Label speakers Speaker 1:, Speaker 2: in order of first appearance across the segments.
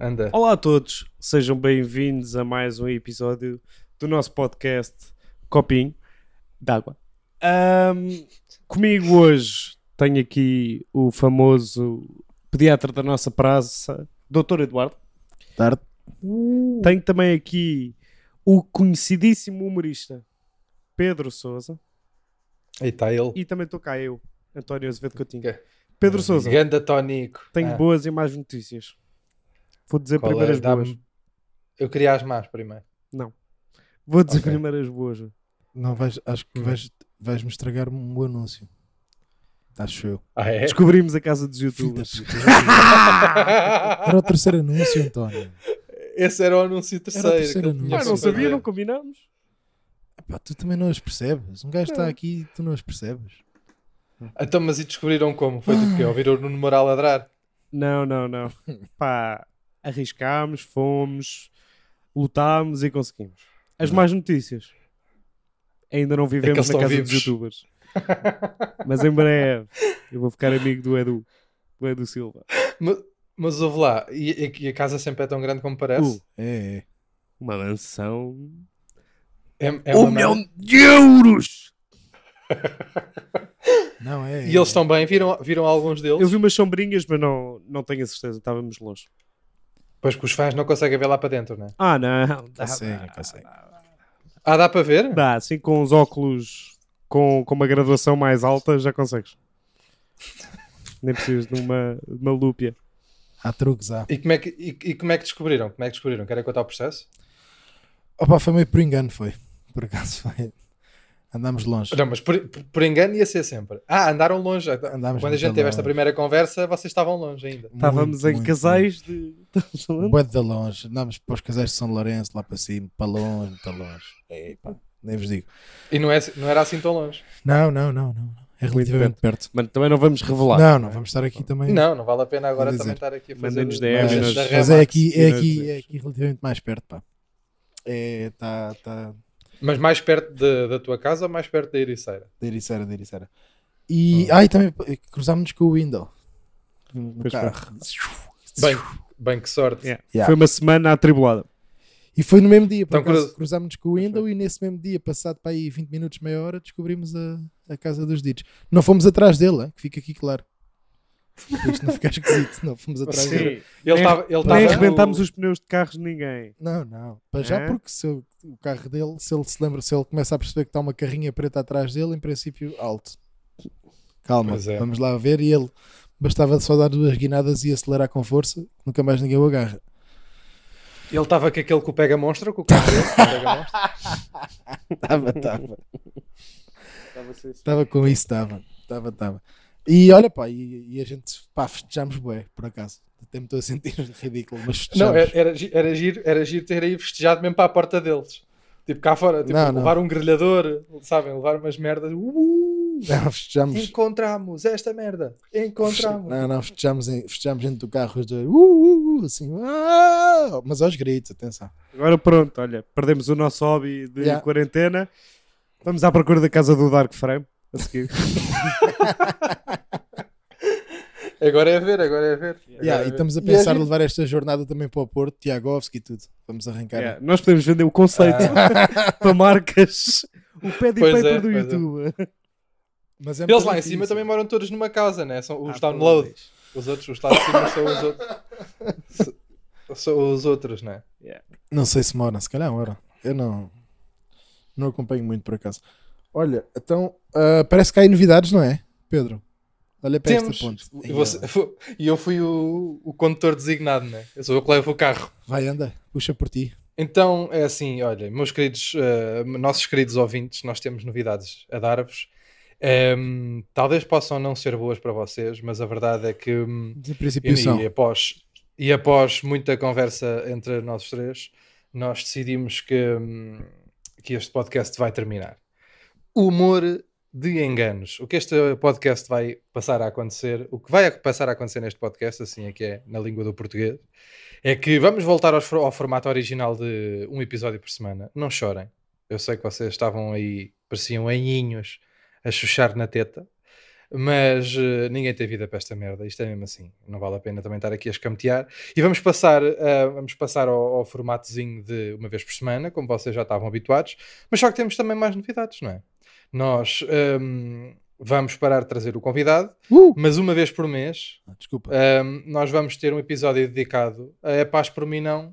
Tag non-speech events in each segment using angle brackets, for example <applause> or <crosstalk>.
Speaker 1: Anda.
Speaker 2: Olá a todos, sejam bem-vindos a mais um episódio do nosso podcast Copinho d'Água. Ahm, comigo hoje tenho aqui o famoso pediatra da nossa praça, Dr. Eduardo.
Speaker 3: Tarde.
Speaker 2: Tenho também aqui o conhecidíssimo humorista Pedro Souza
Speaker 1: Aí está tá ele.
Speaker 2: e também estou cá eu, António Azevedo Coutinho.
Speaker 1: Ok.
Speaker 2: Pedro Souza,
Speaker 1: Ganda Tónico.
Speaker 2: tenho
Speaker 1: Ah,
Speaker 2: boas e más notícias. Vou dizer
Speaker 1: qual é?
Speaker 2: primeiro as
Speaker 1: Dá-me-
Speaker 2: boas.
Speaker 1: Eu queria as más primeiro.
Speaker 2: Vou dizer
Speaker 1: Ok.
Speaker 2: primeiro as boas.
Speaker 3: Não vais, acho que vais, vais me estragar um anúncio. Acho eu.
Speaker 1: Ah, é?
Speaker 2: Descobrimos a casa dos
Speaker 3: Filho da
Speaker 2: youtubers.
Speaker 3: <laughs> puta, já vi. Era o terceiro anúncio, António.
Speaker 1: <laughs> Esse era o anúncio terceiro.
Speaker 3: terceiro
Speaker 1: que eu
Speaker 3: anúncio.
Speaker 1: tinha
Speaker 2: Ah,
Speaker 3: Sim,
Speaker 2: não
Speaker 1: que
Speaker 3: sim.
Speaker 2: sabia,
Speaker 1: fazer.
Speaker 2: não combinámos.
Speaker 3: Epá, tu também não as percebes. Um gajo
Speaker 1: É.
Speaker 3: está aqui e tu não as percebes.
Speaker 1: Então, mas e descobriram como? Foi do quê?
Speaker 2: Ah.
Speaker 1: Ouviram o Nuno Moral ladrar?
Speaker 2: Não, não,
Speaker 1: <laughs>
Speaker 2: não. Pá, arriscámos, fomos, lutámos e conseguimos. As más notícias. Ainda não
Speaker 1: Uhum. É que
Speaker 2: vivemos na
Speaker 1: eles estão
Speaker 2: casa dos
Speaker 1: vivos.
Speaker 2: youtubers. Mas em breve eu vou ficar amigo do Edu. Do Edu Silva.
Speaker 1: Mas, mas ouve lá, e, e- e a casa sempre é tão grande como parece?
Speaker 2: Uh,
Speaker 3: É, é.
Speaker 2: uma mansão.
Speaker 1: É, é uma merda.
Speaker 2: Um de euros!
Speaker 3: <laughs> Não, é.
Speaker 1: E eles
Speaker 3: é.
Speaker 1: estão bem? Viram, viram alguns deles?
Speaker 2: Eu vi umas sombrinhas, mas não, não tenho a certeza. Estávamos longe.
Speaker 1: Pois que os fãs não conseguem ver lá para dentro, né?
Speaker 2: Ah, não. dá-
Speaker 3: Conseguem, conseguem.
Speaker 1: Ah, dá para ver?
Speaker 2: Dá, assim com os óculos com, com uma graduação mais alta já consegues. Nem precisas de uma, de uma lúpia.
Speaker 3: Há truques, há.
Speaker 1: E como, é que, e, e como é que descobriram? Como é que descobriram? Querem contar o processo?
Speaker 3: Opa, foi meio por engano, foi. Por acaso foi. Andámos longe.
Speaker 1: Não, mas por, por- por engano ia ser sempre. Ah, andaram longe.
Speaker 3: Andámos
Speaker 1: Quando a gente
Speaker 3: muito
Speaker 1: teve esta
Speaker 3: longe.
Speaker 1: primeira conversa, vocês estavam longe ainda.
Speaker 3: Muito,
Speaker 2: Estávamos em
Speaker 3: muito,
Speaker 2: casais de. <laughs>
Speaker 3: muito. Bué de longe. Andámos para os casais de São Lourenço, lá para cima, para longe, para longe. Epá, nem vos digo.
Speaker 1: E não, é, não era assim tão longe.
Speaker 3: Não, não, não, não. não. É relativamente perto.
Speaker 2: Mas também não vamos revelar.
Speaker 3: Não, não, vamos estar aqui também.
Speaker 1: Não, não vale a pena agora
Speaker 3: Quer
Speaker 1: também
Speaker 3: dizer,
Speaker 1: estar aqui a fazer...
Speaker 2: mandem-nos
Speaker 3: mas,
Speaker 2: DMs,
Speaker 1: fazer
Speaker 2: mas-
Speaker 1: da
Speaker 3: mas é
Speaker 1: Remax.
Speaker 3: aqui,
Speaker 2: e
Speaker 3: é
Speaker 2: nas
Speaker 3: aqui, é
Speaker 2: redes.
Speaker 3: aqui relativamente mais perto, pá. É, tá, tá,
Speaker 1: Mas mais perto de- da tua casa ou mais perto da Ericeira?
Speaker 3: da Ericeira, da Ericeira. E, ai, também cruzámos com o window. No
Speaker 2: Pois
Speaker 3: carro.
Speaker 1: Bem, bem que sorte.
Speaker 2: Yeah.
Speaker 3: Yeah.
Speaker 2: Foi uma semana atribulada.
Speaker 3: E foi no mesmo dia, por
Speaker 1: Então,
Speaker 3: acaso,
Speaker 1: cruz-
Speaker 3: cruzámos com o window e nesse mesmo dia, passado para aí 20 minutos, meia hora, descobrimos a, a casa dos ditos. Não fomos atrás dele, hein, que fica aqui claro. Para Isto não ficar esquisito, não fomos atrás
Speaker 1: Sim.
Speaker 3: dele.
Speaker 1: Ele
Speaker 2: Nem-
Speaker 1: estava... Ele
Speaker 2: Nem
Speaker 1: tava-
Speaker 2: arrebentámos
Speaker 1: o-
Speaker 2: os pneus de carros de ninguém.
Speaker 3: Não, não. Para já,
Speaker 2: É?
Speaker 3: porque se o, o carro dele, se ele se lembra, se ele começa a perceber que está uma carrinha preta atrás dele, em princípio, alto. Calma,
Speaker 1: Pois é.
Speaker 3: vamos lá ver. E ele bastava só dar duas guinadas e acelerar com força, que nunca mais ninguém o agarra.
Speaker 1: Ele estava com aquele que o pega monstro, com o carro dele, que o
Speaker 3: <laughs>
Speaker 1: pega monstro.
Speaker 3: Estava, estava. Estava com isso, estava. Estava, estava. E olha, pá, e, e a gente, pá, festejámos bué, por acaso. Até me estou a sentir <laughs> ridículo, mas festejamos.
Speaker 1: Não, é- era, era, gi- era, giro, era giro ter aí festejado mesmo para a porta deles. Tipo cá fora, tipo,
Speaker 3: Não, não.
Speaker 1: levar um grelhador, sabem? Levar umas merdas. Uh,
Speaker 3: Não, festejamos.
Speaker 1: encontramos esta merda. Encontramos.
Speaker 3: Não, não, festejamos, em, festejamos dentro do carro os dois, uh, uh, uh, assim, "Uau!" mas aos gritos, atenção.
Speaker 2: Agora pronto, olha, perdemos o nosso hobby de
Speaker 3: Yeah.
Speaker 2: quarentena. Vamos à procura da casa do Dark Frame. A seguir.
Speaker 1: Agora é a ver, agora é a
Speaker 3: Yeah,
Speaker 1: ver. Agora é
Speaker 3: e
Speaker 1: ver.
Speaker 3: estamos a
Speaker 1: E é
Speaker 3: pensar
Speaker 1: giro.
Speaker 3: levar esta jornada também para o Porto, Tiagovski e tudo. Vamos arrancar.
Speaker 2: Yeah, Nós podemos vender o conceito
Speaker 3: Ah.
Speaker 2: <laughs> para marcas. O pad e
Speaker 1: Pois
Speaker 2: paper
Speaker 1: é,
Speaker 2: do
Speaker 1: pois é.
Speaker 2: YouTube.
Speaker 3: Mas é
Speaker 1: Eles
Speaker 3: muito
Speaker 1: lá em
Speaker 3: difícil.
Speaker 1: cima também moram todos numa casa, né? São os
Speaker 2: Ah,
Speaker 1: download.
Speaker 2: pois.
Speaker 1: Os outros, os lá de cima são os <laughs> outros. São os outros, né?
Speaker 3: Não sei se moram, se calhar moram. Eu não, não acompanho muito por acaso. Olha, então ah, parece que há aí novidades, não é, Pedro? Olha para
Speaker 1: Temos.
Speaker 3: esta ponte.
Speaker 1: E você- e eu fui o, o condutor designado, né? Eu sou eu que levo o carro.
Speaker 3: ah, Vai, anda, puxa por ti.
Speaker 1: Então é assim, olha, meus queridos, eh, nossos queridos ouvintes, nós temos novidades a dar-vos. Ehm, talvez possam não ser boas para vocês, mas a verdade é que hum,
Speaker 3: De
Speaker 1: E,
Speaker 3: princípio são.
Speaker 1: e, após, e após muita conversa entre nós três, nós decidimos que, hum, que este podcast vai terminar. Humor de enganos. O que este podcast vai passar a acontecer, o que vai a- passar a acontecer neste podcast, assim é que é na língua do português, é que vamos voltar aos for- ao formato original de um episódio por semana. Não chorem. Eu sei que vocês estavam aí, pareciam anhinhos a chuchar na teta. Mas eh, ninguém tem vida para esta merda, isto é mesmo assim, não vale a pena também estar aqui a escamotear. E vamos passar, ah, vamos passar ao, ao formatozinho de uma vez por semana, como vocês já estavam habituados, mas só que temos também mais novidades, não é? Nós ahm, vamos parar de trazer o convidado,
Speaker 3: Uh!
Speaker 1: mas uma vez por mês
Speaker 3: Ah, Desculpa.
Speaker 1: ahm, nós vamos ter um episódio dedicado a É Paz por mim não,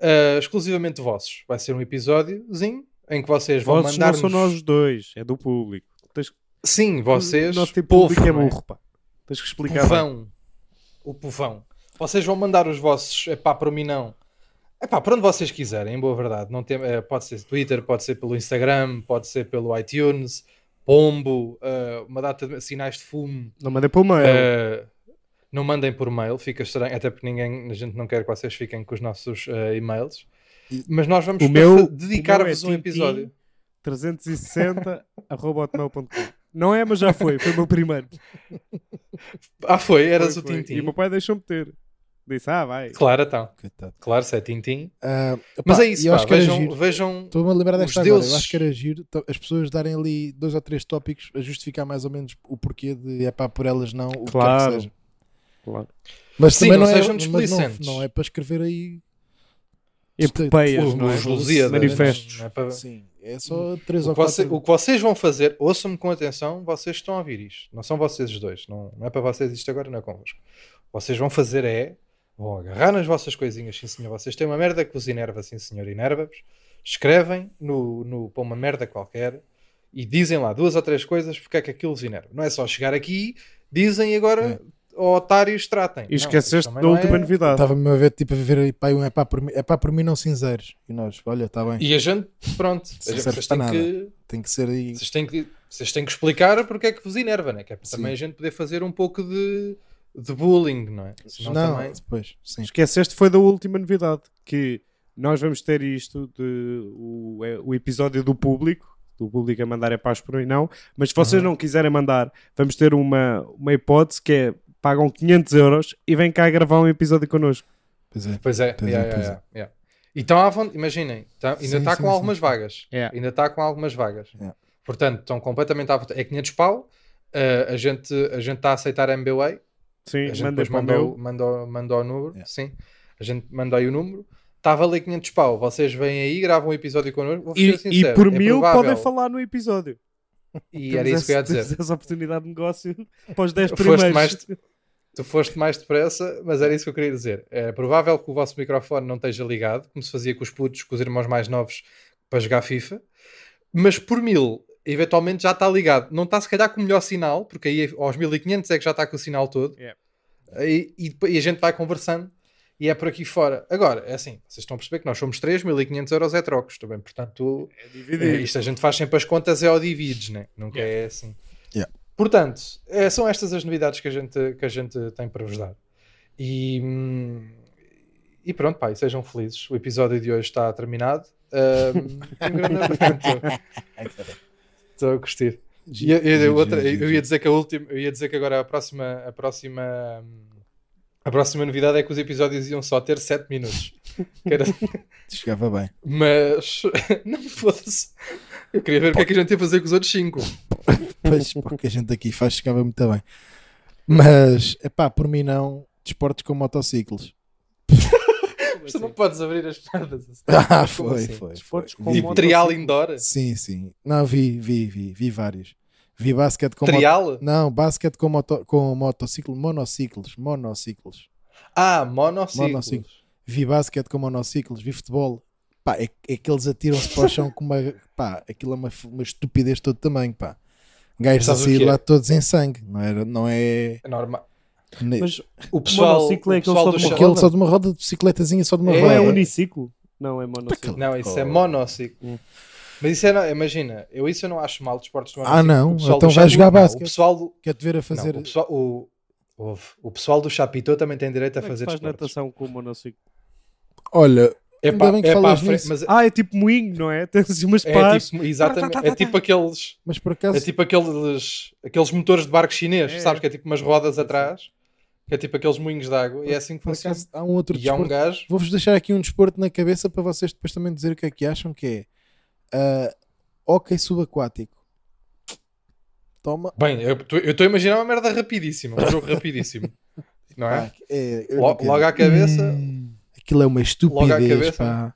Speaker 1: ah, exclusivamente vossos. Vai ser um episódiozinho em que vocês vão
Speaker 2: Vossos não
Speaker 1: mandar-nos...
Speaker 2: são nós dois, é do público. Tens que-
Speaker 1: Sim, vocês,
Speaker 2: o nosso tipo
Speaker 1: povo,
Speaker 2: público é
Speaker 1: não é?
Speaker 2: burro, pá. Tens que explicar. bem.
Speaker 1: povão. O povão. Vocês vão mandar os vossos, é pá, para mim não. É pá, para onde vocês quiserem, em boa verdade. Não tem, eh, pode ser Twitter, pode ser pelo Instagram, pode ser pelo iTunes, Pombo, eh, uma data de sinais de fumo.
Speaker 2: Não mandei para o mail.
Speaker 1: Eh, não mandem por mail, fica estranho, até porque ninguém, a gente não quer que vocês fiquem com os nossos eh, e-mails. Mas nós vamos
Speaker 2: O meu-
Speaker 1: dedicar-vos
Speaker 2: o
Speaker 1: um
Speaker 2: meu é
Speaker 1: episódio.
Speaker 2: 360 <laughs> arroba hotmail.com. Não é, mas já foi. Foi o meu primeiro.
Speaker 1: Ah, foi, <laughs> eras
Speaker 2: Foi,
Speaker 1: o
Speaker 2: foi.
Speaker 1: Tintim.
Speaker 2: E o meu pai deixou-me ter. Disse, ah, vai.
Speaker 1: Claro, então.
Speaker 3: Coitado.
Speaker 1: Claro, se é Tintim.
Speaker 3: Ah,
Speaker 1: Mas
Speaker 3: opá,
Speaker 1: é isso,
Speaker 3: eu
Speaker 1: pá,
Speaker 3: acho que era
Speaker 1: vejam,
Speaker 3: giro.
Speaker 1: vejam
Speaker 3: Estou-me a lembrar
Speaker 1: os
Speaker 3: desta agora.
Speaker 1: deuses-
Speaker 3: Eu acho que era giro to- as pessoas darem ali dois ou três tópicos a justificar mais ou menos o porquê de é pá, por elas não, o que quer
Speaker 2: Claro.
Speaker 3: que seja.
Speaker 2: Claro.
Speaker 3: Mas
Speaker 1: Sim,
Speaker 3: também
Speaker 1: não
Speaker 3: não, é,
Speaker 1: sejam
Speaker 3: mas
Speaker 1: displicentes.
Speaker 3: Não, não é para escrever aí.
Speaker 2: Epopeias,
Speaker 1: Os-
Speaker 2: não é?
Speaker 1: os Lusíadas.
Speaker 2: Manifestos.
Speaker 1: Não é para-
Speaker 3: Sim, é só três
Speaker 1: O
Speaker 3: ou
Speaker 1: que, você-
Speaker 3: quatro.
Speaker 1: o que vocês vão fazer, ouçam-me com atenção, vocês estão a ouvir isto. Não são vocês os dois, não, não é para vocês isto agora, não é convosco. O que vocês vão fazer é, vão agarrar nas vossas coisinhas, sim senhor, vocês têm uma merda que os inerva, sim senhor, inerva-vos, escrevem no, no, para uma merda qualquer e dizem lá duas ou três coisas porque é que aquilo os inerva. Não é só chegar aqui, dizem e agora, ó otários, tratem.
Speaker 2: E esqueceste
Speaker 1: não, isto também
Speaker 2: da
Speaker 1: não
Speaker 2: última
Speaker 1: é-
Speaker 2: novidade.
Speaker 3: Estava-me a ver, tipo, a ver aí, pá, um é pá por mim, é pá por mim não cinzeiros. E nós, olha, está bem,
Speaker 1: E a gente,
Speaker 3: Não
Speaker 1: pronto, a gente,
Speaker 3: serve
Speaker 1: vocês
Speaker 3: para
Speaker 1: têm
Speaker 3: nada.
Speaker 1: que...
Speaker 3: tem que ser aí.
Speaker 1: Vocês têm que, vocês têm que explicar porque é que vos inerva, né? Que é para
Speaker 3: Sim.
Speaker 1: também a gente poder fazer um pouco de, de bullying, não é? Senão
Speaker 3: não,
Speaker 1: também-
Speaker 3: depois, sim.
Speaker 2: Esqueceste foi da última novidade. Que nós vamos ter isto, de, o, é, o episódio do público. Do público a mandar é paz por mim, não. Mas se vocês não quiserem mandar, vamos ter uma, uma hipótese que é pagam 500 euros e vêm cá gravar um episódio connosco.
Speaker 3: Pois é.
Speaker 1: Pois é,
Speaker 3: Pois
Speaker 1: yeah,
Speaker 3: é,
Speaker 1: yeah,
Speaker 3: pois
Speaker 1: yeah, yeah. E estão à vontade, imaginem, tá- ainda
Speaker 3: Sim,
Speaker 1: está
Speaker 3: sim,
Speaker 1: com
Speaker 3: sim.
Speaker 1: algumas vagas.
Speaker 2: É.
Speaker 1: Ainda está com algumas vagas.
Speaker 3: É.
Speaker 1: Portanto, estão completamente à vontade. É 500 pau. eh, a gente a gente está a aceitar a MBWay.
Speaker 2: Sim,
Speaker 1: A gente
Speaker 2: mandem
Speaker 1: depois
Speaker 2: para o
Speaker 1: mandou,
Speaker 2: meu.
Speaker 1: mandou, mandou o número.
Speaker 3: Yeah.
Speaker 1: Sim. A gente mandou aí o número. Estava a valer 500 pau. Vocês vêm aí, gravam um episódio connosco. Vou
Speaker 2: E,
Speaker 1: ser
Speaker 2: e
Speaker 1: sincero,
Speaker 2: por
Speaker 1: é
Speaker 2: mil podem
Speaker 1: provável-
Speaker 2: falar no episódio.
Speaker 1: E era
Speaker 2: Temos
Speaker 1: isso que eu ia
Speaker 2: essa-
Speaker 1: dizer.
Speaker 2: temos <laughs> Essa oportunidade de negócio <laughs> para os 10
Speaker 1: Foste
Speaker 2: primeiros.
Speaker 1: mais- Tu foste mais depressa, mas era isso que eu queria dizer. É provável que o vosso microfone não esteja ligado, como se fazia com os putos, com os irmãos mais novos para jogar FIFA, mas por mil, eventualmente já está ligado. Não está, se calhar, com o melhor sinal, porque aí aos 1500 é que já está com o sinal todo.
Speaker 2: Yeah.
Speaker 1: E, e depois- e a gente vai conversando e é por aqui fora. Agora, é assim, vocês estão a perceber que nós somos 3, 1500 euros é trocos também, portanto,
Speaker 2: É
Speaker 1: é,
Speaker 2: dividido.
Speaker 1: isto a gente faz sempre as contas é ao divides, né? nunca é assim.
Speaker 3: Yeah.
Speaker 1: Portanto, é, são estas as novidades que a gente, que a gente tem para vos dar. E, hum, e pronto, pá, e sejam felizes. O episódio de hoje está terminado. Ahm, um grande abraço. Estou a curtir. E a- e a outra- eu ia dizer que a última, eu ia dizer que agora a próxima, a próxima, hum, a próxima novidade é que os episódios iam só ter 7 minutos. Que era-
Speaker 3: Chegava <laughs> bem.
Speaker 1: mas <laughs> não foda-se. Eu queria ver o que é que a gente ia fazer com os outros 5.
Speaker 3: Pois, porque a gente aqui faz, chegava muito bem. Mas, é pá, por mim não, desportos com motociclos. <laughs>
Speaker 1: Tu
Speaker 2: assim?
Speaker 1: não podes abrir as pernas assim.
Speaker 3: Ah,
Speaker 1: Como
Speaker 3: foi,
Speaker 1: assim?
Speaker 3: foi.
Speaker 2: Desportos
Speaker 3: foi.
Speaker 2: com
Speaker 3: Vi-
Speaker 1: E
Speaker 2: motociclo.
Speaker 1: trial indoor?
Speaker 3: Sim, sim. Não, vi, vi, vi, vi vários. Vi basquete com moto...
Speaker 1: Trial?
Speaker 3: Não, basquete com, moto... com motociclo, monociclos, monociclos.
Speaker 1: Ah, monociclos.
Speaker 3: Monociclos. Vi basquete com monociclos, vi futebol. Pá, é, é que eles atiram-se para o chão com uma. Pá, aquilo é uma, f- uma estupidez de todo tamanho, pá. Gajos a
Speaker 1: Sabes o que
Speaker 3: sair
Speaker 1: é?
Speaker 3: lá todos em sangue, não, era, não é.
Speaker 1: É normal.
Speaker 3: ne-
Speaker 2: Mas
Speaker 1: O pessoal, o
Speaker 2: monociclo é aquele
Speaker 1: pessoal
Speaker 2: só
Speaker 1: do
Speaker 2: de uma
Speaker 1: chão-
Speaker 3: aquilo só de uma roda de bicicletazinha, só de uma
Speaker 1: É,
Speaker 2: não é
Speaker 3: roda.
Speaker 2: uniciclo? Não, é monociclo.
Speaker 1: Não, isso é
Speaker 3: Oh.
Speaker 1: monociclo.
Speaker 2: Hum.
Speaker 1: Mas isso é, no- imagina, eu isso eu não acho mal de esportes de
Speaker 3: Ah, não,
Speaker 1: O pessoal
Speaker 3: então
Speaker 1: do
Speaker 3: vai
Speaker 1: Chapi-
Speaker 3: jogar
Speaker 1: não,
Speaker 3: basquete.
Speaker 1: O pessoal do,
Speaker 3: Quero te ver a
Speaker 1: não,
Speaker 3: fazer.
Speaker 1: o pessoal, o, ouve, o pessoal do Chapitão também tem direito a
Speaker 2: Como é que
Speaker 1: fazer
Speaker 2: se faz
Speaker 1: desportos.
Speaker 2: natação com o monociclo?
Speaker 3: Olha,
Speaker 1: É
Speaker 3: Ainda
Speaker 1: pá,
Speaker 3: bem que
Speaker 1: é pá,
Speaker 3: falas
Speaker 1: a frente-
Speaker 3: nisso.
Speaker 1: mas
Speaker 2: Ah, é tipo moinho, não é? <laughs> Tem assim umas
Speaker 1: é
Speaker 2: pás.
Speaker 1: tipo, exatamente,
Speaker 2: Tá, tá, tá,
Speaker 1: é
Speaker 2: tá,
Speaker 1: tipo aqueles
Speaker 3: mas por acaso.
Speaker 1: É tipo aqueles, aqueles motores de barco chinês,
Speaker 2: É.
Speaker 1: sabes? Que é tipo umas rodas atrás, que é tipo aqueles moinhos de água, e é assim que
Speaker 3: por
Speaker 1: funciona.
Speaker 3: acaso há um outro
Speaker 1: E há um
Speaker 3: desporto.
Speaker 1: gajo.
Speaker 3: Vou-vos deixar aqui um desporto na cabeça para vocês depois também dizer o que é que acham que é. ah, hóquei subaquático. Toma.
Speaker 1: Bem, eu estou a imaginar uma merda rapidíssima, um jogo
Speaker 3: <laughs>
Speaker 1: rapidíssimo. Não é?
Speaker 3: Pá, é, eu não
Speaker 1: Lo-
Speaker 3: quero.
Speaker 1: Logo à cabeça,
Speaker 3: Hum, aquilo é uma
Speaker 1: Logo à
Speaker 3: estupidez,
Speaker 1: cabeça.
Speaker 3: pá.